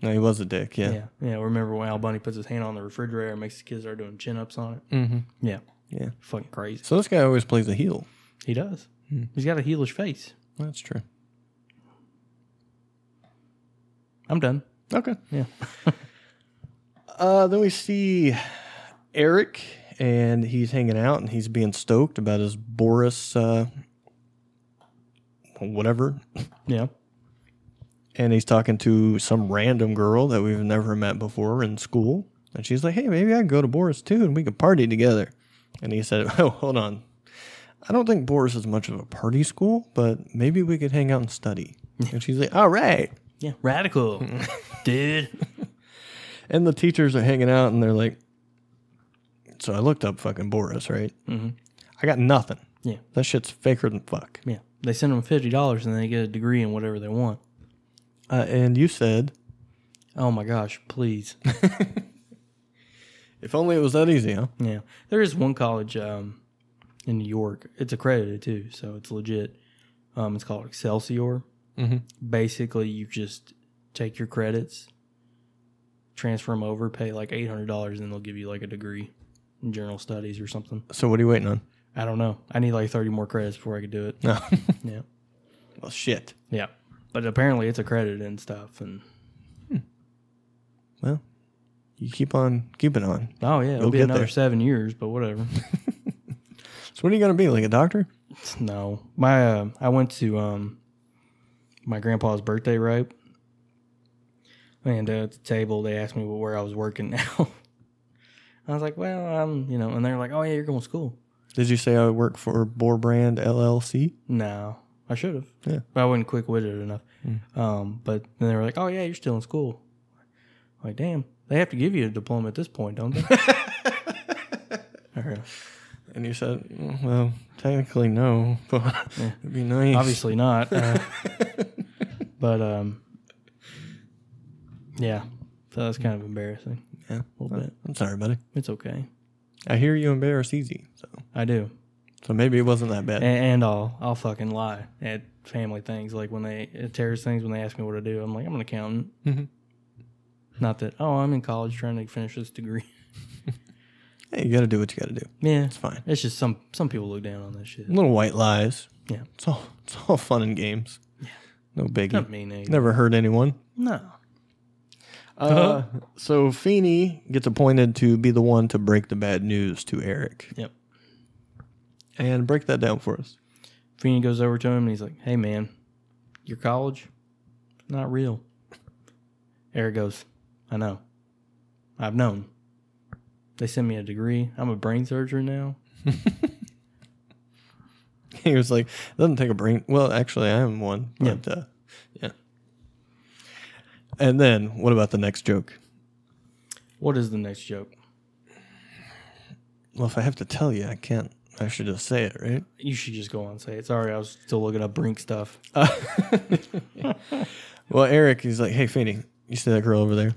C: no, he was a dick. Yeah.
B: Yeah. yeah, Remember when Al Bundy puts his hand on the refrigerator and makes his kids start doing chin ups on it?
C: Mm-hmm.
B: Yeah,
C: Yeah.
B: fucking crazy.
C: So this guy always plays a heel.
B: He does.
C: Hmm.
B: He's got a heelish face.
C: That's true.
B: I'm done.
C: Okay.
B: Yeah,
C: Uh, then we see Eric, and he's hanging out, and he's being stoked about his Boris, uh, whatever.
B: yeah.
C: And he's talking to some random girl that we've never met before in school, and she's like, "Hey, maybe I can go to Boris too, and we could party together." And he said, "Oh, hold on." I don't think Boris is much of a party school, but maybe we could hang out and study. And she's like, "All right."
B: Yeah, radical, dude.
C: And the teachers are hanging out and they're like, so I looked up fucking Boris, right? Mm-hmm. I got nothing.
B: Yeah.
C: That shit's faker than fuck.
B: Yeah, they send them fifty dollars and they get a degree in whatever they want.
C: Uh, and you said,
B: Oh my gosh, please.
C: if only it was that easy, huh?
B: yeah, there is one college um, in New York. It's accredited Mm-hmm. too, so it's legit. Um, it's called Excelsior. Basically, you just take your credits, transfer them over, pay like eight hundred dollars, and they'll give you like a degree in general studies or something.
C: So what are you waiting on?
B: I don't know. I need like thirty more credits before I could do it.
C: No.
B: Yeah,
C: well, shit.
B: yeah. But apparently it's accredited and stuff. And
C: Well, you keep on keeping on.
B: oh yeah, it'll
C: You'll
B: be
C: get
B: another
C: there.
B: seven years, but whatever.
C: So what are you gonna be like a doctor?
B: No, my uh, I went to um my grandpa's birthday right, and uh, at the table they asked me where I was working now. I was like, well, I'm you know, and they're like, oh yeah, you're going to school.
C: Did you say I work for Boar Brand LLC?
B: No, I should have.
C: Yeah. Hmm.
B: but I wasn't quick witted enough. Um, but then they were like, oh yeah, you're still in school. I'm like, damn, they have to give you a diploma at this point, don't they? Or,
C: And you said, "Mm, well, technically no, but it'd be nice.
B: obviously not. uh, but um, yeah, so that's kind of embarrassing.
C: Yeah.
B: a little bit.
C: I'm sorry, buddy.
B: It's okay.
C: I hear you embarrass easy, so
B: I do,
C: so maybe it wasn't that bad.
B: A- and I'll I'll fucking lie at family things, like when they at terrorist things, when they ask me what I do, I'm like I'm an accountant.
C: Mhm.
B: Not that oh I'm in college trying to finish this degree.
C: Hey, you got to do what you got to do.
B: yeah,
C: It's fine.
B: It's just some some people look down on this shit.
C: Little white lies.
B: Yeah.
C: It's all it's all fun and games. No biggie.
B: Not me, nigga.
C: Never hurt anyone.
B: No.
C: Uh, so Feeney gets appointed to be the one to break the bad news to Eric.
B: Yep.
C: And break that down for us.
B: Feeney goes over to him and he's like, "Hey, man, your college, not real." Eric goes, "I know. I've known. They sent me a degree. I'm a brain surgeon now.
C: He was like, it doesn't take a brain. Well, actually, I am one. But, yeah. Uh, yeah. And then, what about the next joke?
B: What is the next joke?
C: Well, if I have to tell you, I can't. I should just say it, right?
B: You should just go on and say it. Sorry, I was still looking up Brink stuff.
C: Well, Eric, he's like, hey, Feeney, you see that girl over there?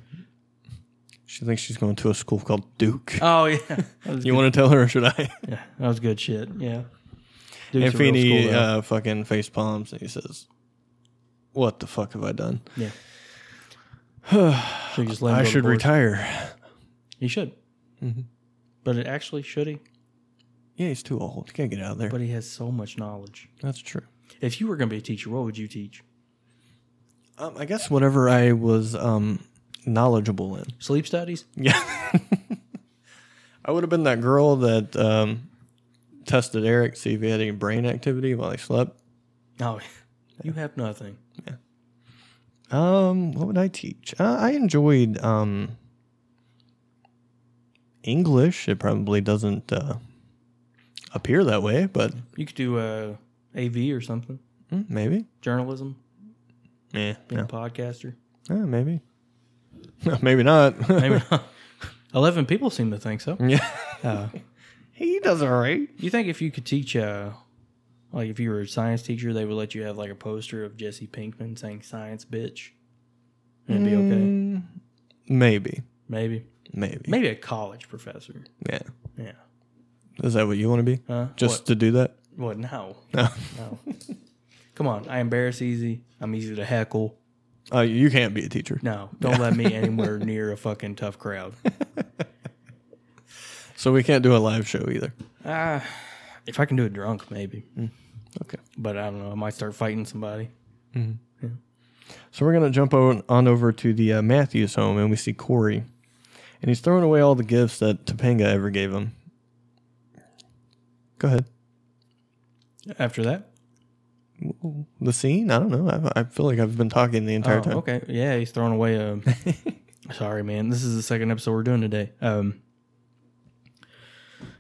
C: She thinks she's going to a school called Duke.
B: Oh yeah, that was,
C: you want to tell her, or should I?
B: yeah, that was good shit. Yeah.
C: And
B: Duke's a real
C: Feeney
B: school, though.
C: uh, fucking face palms and he says, What the fuck have I done?
B: yeah. Should've just let him
C: I
B: go to
C: should
B: board.
C: retire. Mm-hmm.
B: He should. But it actually should he?
C: Yeah, he's too old. He can't get out of there.
B: But he has so much knowledge.
C: That's true.
B: If you were going to be a teacher, what would you teach?
C: Um, I guess whatever I was um, knowledgeable in.
B: Sleep studies?
C: Yeah. I would have been that girl that um, tested Eric, see if he had any brain activity while he slept. Oh,
B: No, you have nothing.
C: Um, what would I teach? Uh, I enjoyed um, English. It probably doesn't uh, appear that way, but
B: You could do uh, AV or something,
C: mm, maybe.
B: journalism,
C: Yeah,
B: being a podcaster.
C: yeah, maybe. maybe not.
B: Maybe not. Eleven people seem to think so.
C: yeah,
B: Uh,
C: he does all right.
B: you think if you could teach, uh, like if you were a science teacher, they would let you have like a poster of Jesse Pinkman saying "science bitch," and it'd be
C: Mm.
B: okay.
C: Maybe,
B: Maybe,
C: maybe,
B: maybe a college professor.
C: Yeah,
B: Yeah.
C: is that what you want to be?
B: Huh?
C: Just to do that?
B: Uh, what? what? No,
C: No,
B: no. Come on, I embarrass easy. I'm easy to heckle.
C: uh, you can't be a teacher.
B: No, don't let me anywhere near a fucking tough crowd.
C: So we can't do a live show either.
B: Ah, if I can do it drunk, maybe.
C: Okay.
B: But I don't know. I might start fighting somebody.
C: So we're gonna jump on, on over to the uh, Matthews home, and we see Corey, and he's throwing away all the gifts that Topanga ever gave him. Go ahead.
B: After that,
C: The scene? I don't know. I, I feel like I've been talking the entire
B: Oh,
C: time.
B: okay. Yeah, he's throwing away a. sorry, man. This is the second episode we're doing today. Um,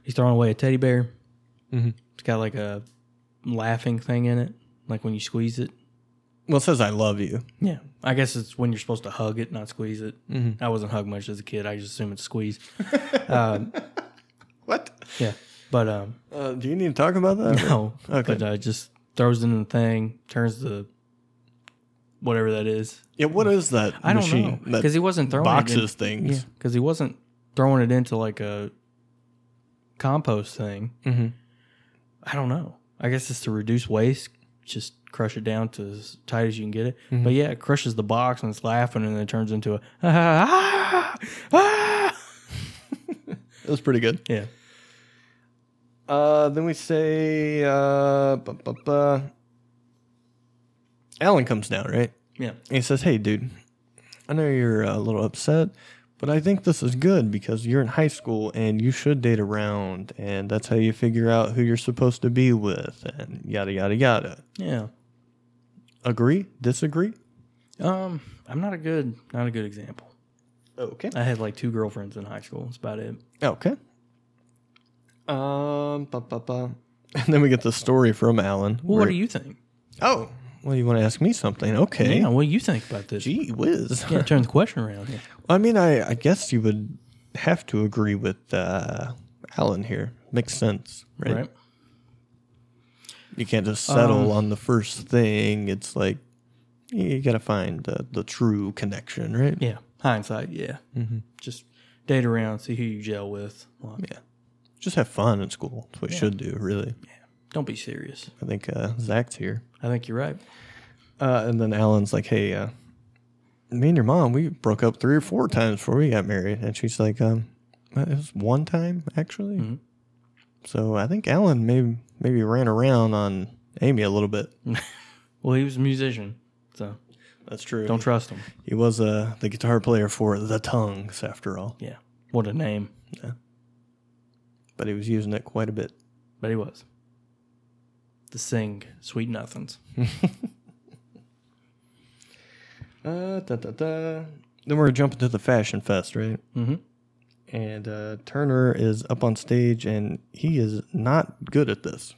B: he's throwing away a teddy bear. It's got like a laughing thing in it, like when you squeeze it.
C: Well, it says I love you.
B: Yeah, Mm-hmm. I guess it's when you're supposed to hug it, not squeeze it. I wasn't hugged much as a kid. I just assume it's squeeze.
C: What?
B: Yeah, but um,
C: Uh, do you need to talk about that?
B: No.
C: Okay.
B: But uh, just throws it in the thing, turns the whatever that is.
C: yeah. What is that
B: I don't
C: machine?
B: know
C: That
B: because he wasn't throwing
C: boxes
B: It in,
C: things.
B: yeah, because he wasn't throwing it into like a compost thing.
C: Mhm.
B: I don't know. I guess it's to reduce waste just crush it down to as tight as you can get it.
C: Mm-hmm.
B: But yeah, it crushes the box and it's laughing and then it turns into a ah, ah, ah.
C: It was pretty good.
B: yeah.
C: Uh, then we say, uh, bu- bu- bu- Alan comes down, right?
B: Yeah.
C: And he says, Hey, dude, I know you're a little upset, but I think this is good because you're in high school and you should date around, and that's how you figure out who you're supposed to be with, and yada, yada, yada.
B: Yeah.
C: Agree? Disagree?
B: Um, I'm not a good not a good example.
C: Okay.
B: I had like two girlfriends in high school. That's about it.
C: Okay. Um, ba, ba, ba. And then we get the story from Alan.
B: Well, what
C: where-
B: do you think?
C: Oh, well, you want to ask me something? Okay.
B: Yeah, what do you think about this?
C: Gee whiz.
B: Yeah, turn the question around. here.
C: I mean, I, I guess you would have to agree with uh, Alan here. Makes sense, right?
B: Right.
C: You can't just settle on the first thing. It's like you got to find uh, the true connection, right?
B: Yeah. Hindsight. Yeah. Mm-hmm. Just date around, see who you gel with. Like,
C: Just have fun in school. That's what you should do, really.
B: Don't be serious.
C: I think uh, Zach's here.
B: I think you're right.
C: Uh, and then Alan's like, hey, uh, me and your mom, we broke up three or four times before we got married. And she's like, um, it was one time, actually. So I think Alan maybe, maybe ran around on Amy a little bit.
B: Well, he was a musician, so
C: That's true.
B: don't trust him.
C: he was uh, the guitar player for The Tongues, after all.
B: Yeah. What a name.
C: But he was using it quite a bit.
B: But he was. To sing Sweet Nothings.
C: Uh, da, da, da. Then we're jumping to the Fashion Fest, right?
B: Mhm.
C: And uh, Turner is up on stage, and he is not good at this.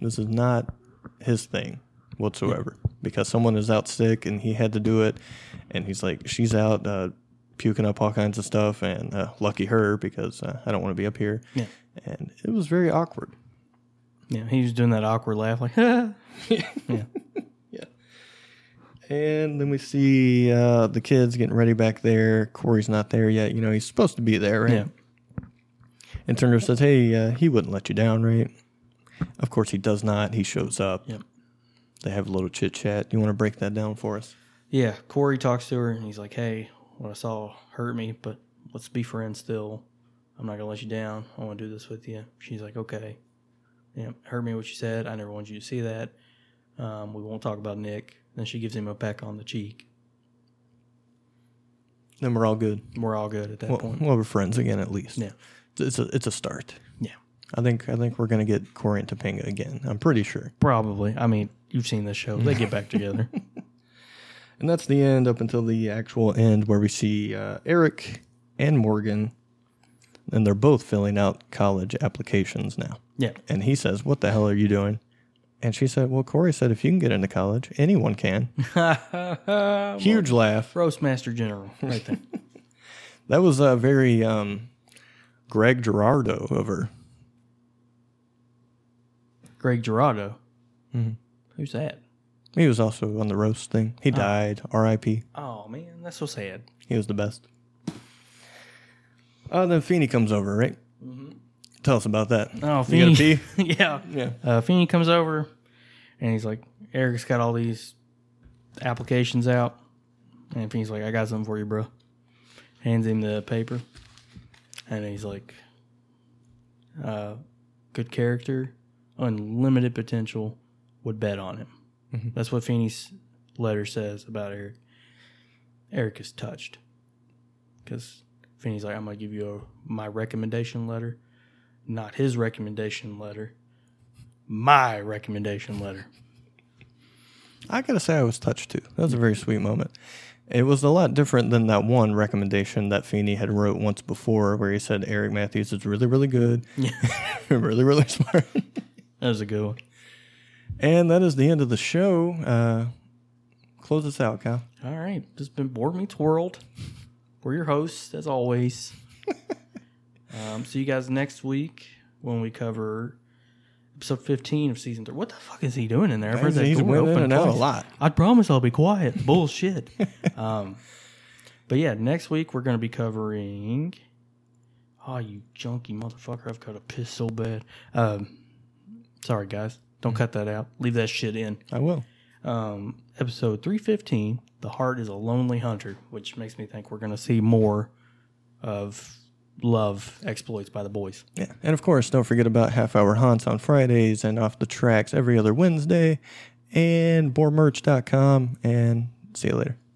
C: This is not his thing whatsoever because someone is out sick, and he had to do it. And he's like, she's out uh, puking up all kinds of stuff, and uh, lucky her because uh, I don't want to be up here.
B: Yeah.
C: And it was very awkward.
B: Yeah. He was doing that awkward laugh, like, ah.
C: And then we see uh, the kids getting ready back there. Corey's not there yet. You know, he's supposed to be there, right?
B: Yeah.
C: And Turner says, hey, uh, he wouldn't let you down, right? Of course, he does not. He shows up.
B: Yep.
C: They have a little chit chat. You want to break that down for us?
B: Yeah. Corey talks to her and he's like, hey, what I saw hurt me, but let's be friends still. I'm not going to let you down. I want to do this with you. She's like, okay. Yeah. Hurt me what you said. I never wanted you to see that. Um, we won't talk about Nick. Then she gives him a peck on the cheek.
C: Then we're all good.
B: We're all good at that
C: Well,
B: point.
C: well, we're friends again, at least.
B: Yeah.
C: It's a, it's a start.
B: Yeah.
C: I think I think we're going to get Corey and Topanga again. I'm pretty sure.
B: Probably. I mean, you've seen this show. They get back together.
C: And that's the end up until the actual end where we see uh, Eric and Morgan. And they're both filling out college applications now.
B: Yeah.
C: And he says, What the hell are you doing? And she said, Well, Corey said, if you can get into college, anyone can. Huge laugh.
B: Roastmaster General, right there.
C: That was a very um, Greg Gerardo of her.
B: Greg Gerardo. Mm-hmm. Who's that?
C: He was also on the roast thing. He died, RIP.
B: Oh, man, that's so sad.
C: He was the best. Uh, then Feeney comes over, right? Tell us about that.
B: Mm-hmm. Oh,
C: You gotta
B: Feeney.
C: pee?
B: yeah.
C: Yeah.
B: Uh, Feeney comes over and he's like, Eric's got all these applications out. And Feeney's like, I got something for you, bro. Hands him the paper. And he's like, uh, good character, unlimited potential, would bet on him. That's what Feeney's letter says about Eric. Eric is touched. Because Feeney's like, I'm going to give you a, my recommendation letter, not his recommendation letter my recommendation letter.
C: I gotta say, I was touched too. That was a very sweet moment. It was a lot different than that one recommendation that Feeney had wrote once before, where he said Eric Matthews is really, really good, really, really smart.
B: That was a good one.
C: And that is the end of the show. Uh, close us out, Kyle.
B: All right. This has been Board Meets World. We're your hosts, as always. um, see you guys next week when we cover episode 15 of season 3. What the fuck is he doing in there? I've heard that
C: He's
B: door
C: went in
B: open
C: and out a
B: twice.
C: lot.
B: I promise I'll be quiet. Bullshit. um, but yeah, next week we're going to be covering. Oh, you junky motherfucker. I've got a piss so bad. Um, sorry, guys. Don't cut that out. Leave that shit in.
C: I will.
B: Um, episode 315 The Heart is a Lonely Hunter, which makes me think we're going to see more of love exploits by the boys.
C: Yeah. And of course, don't forget about half hour haunts on Fridays and off the tracks every other Wednesday and boremerch.com. And see you later.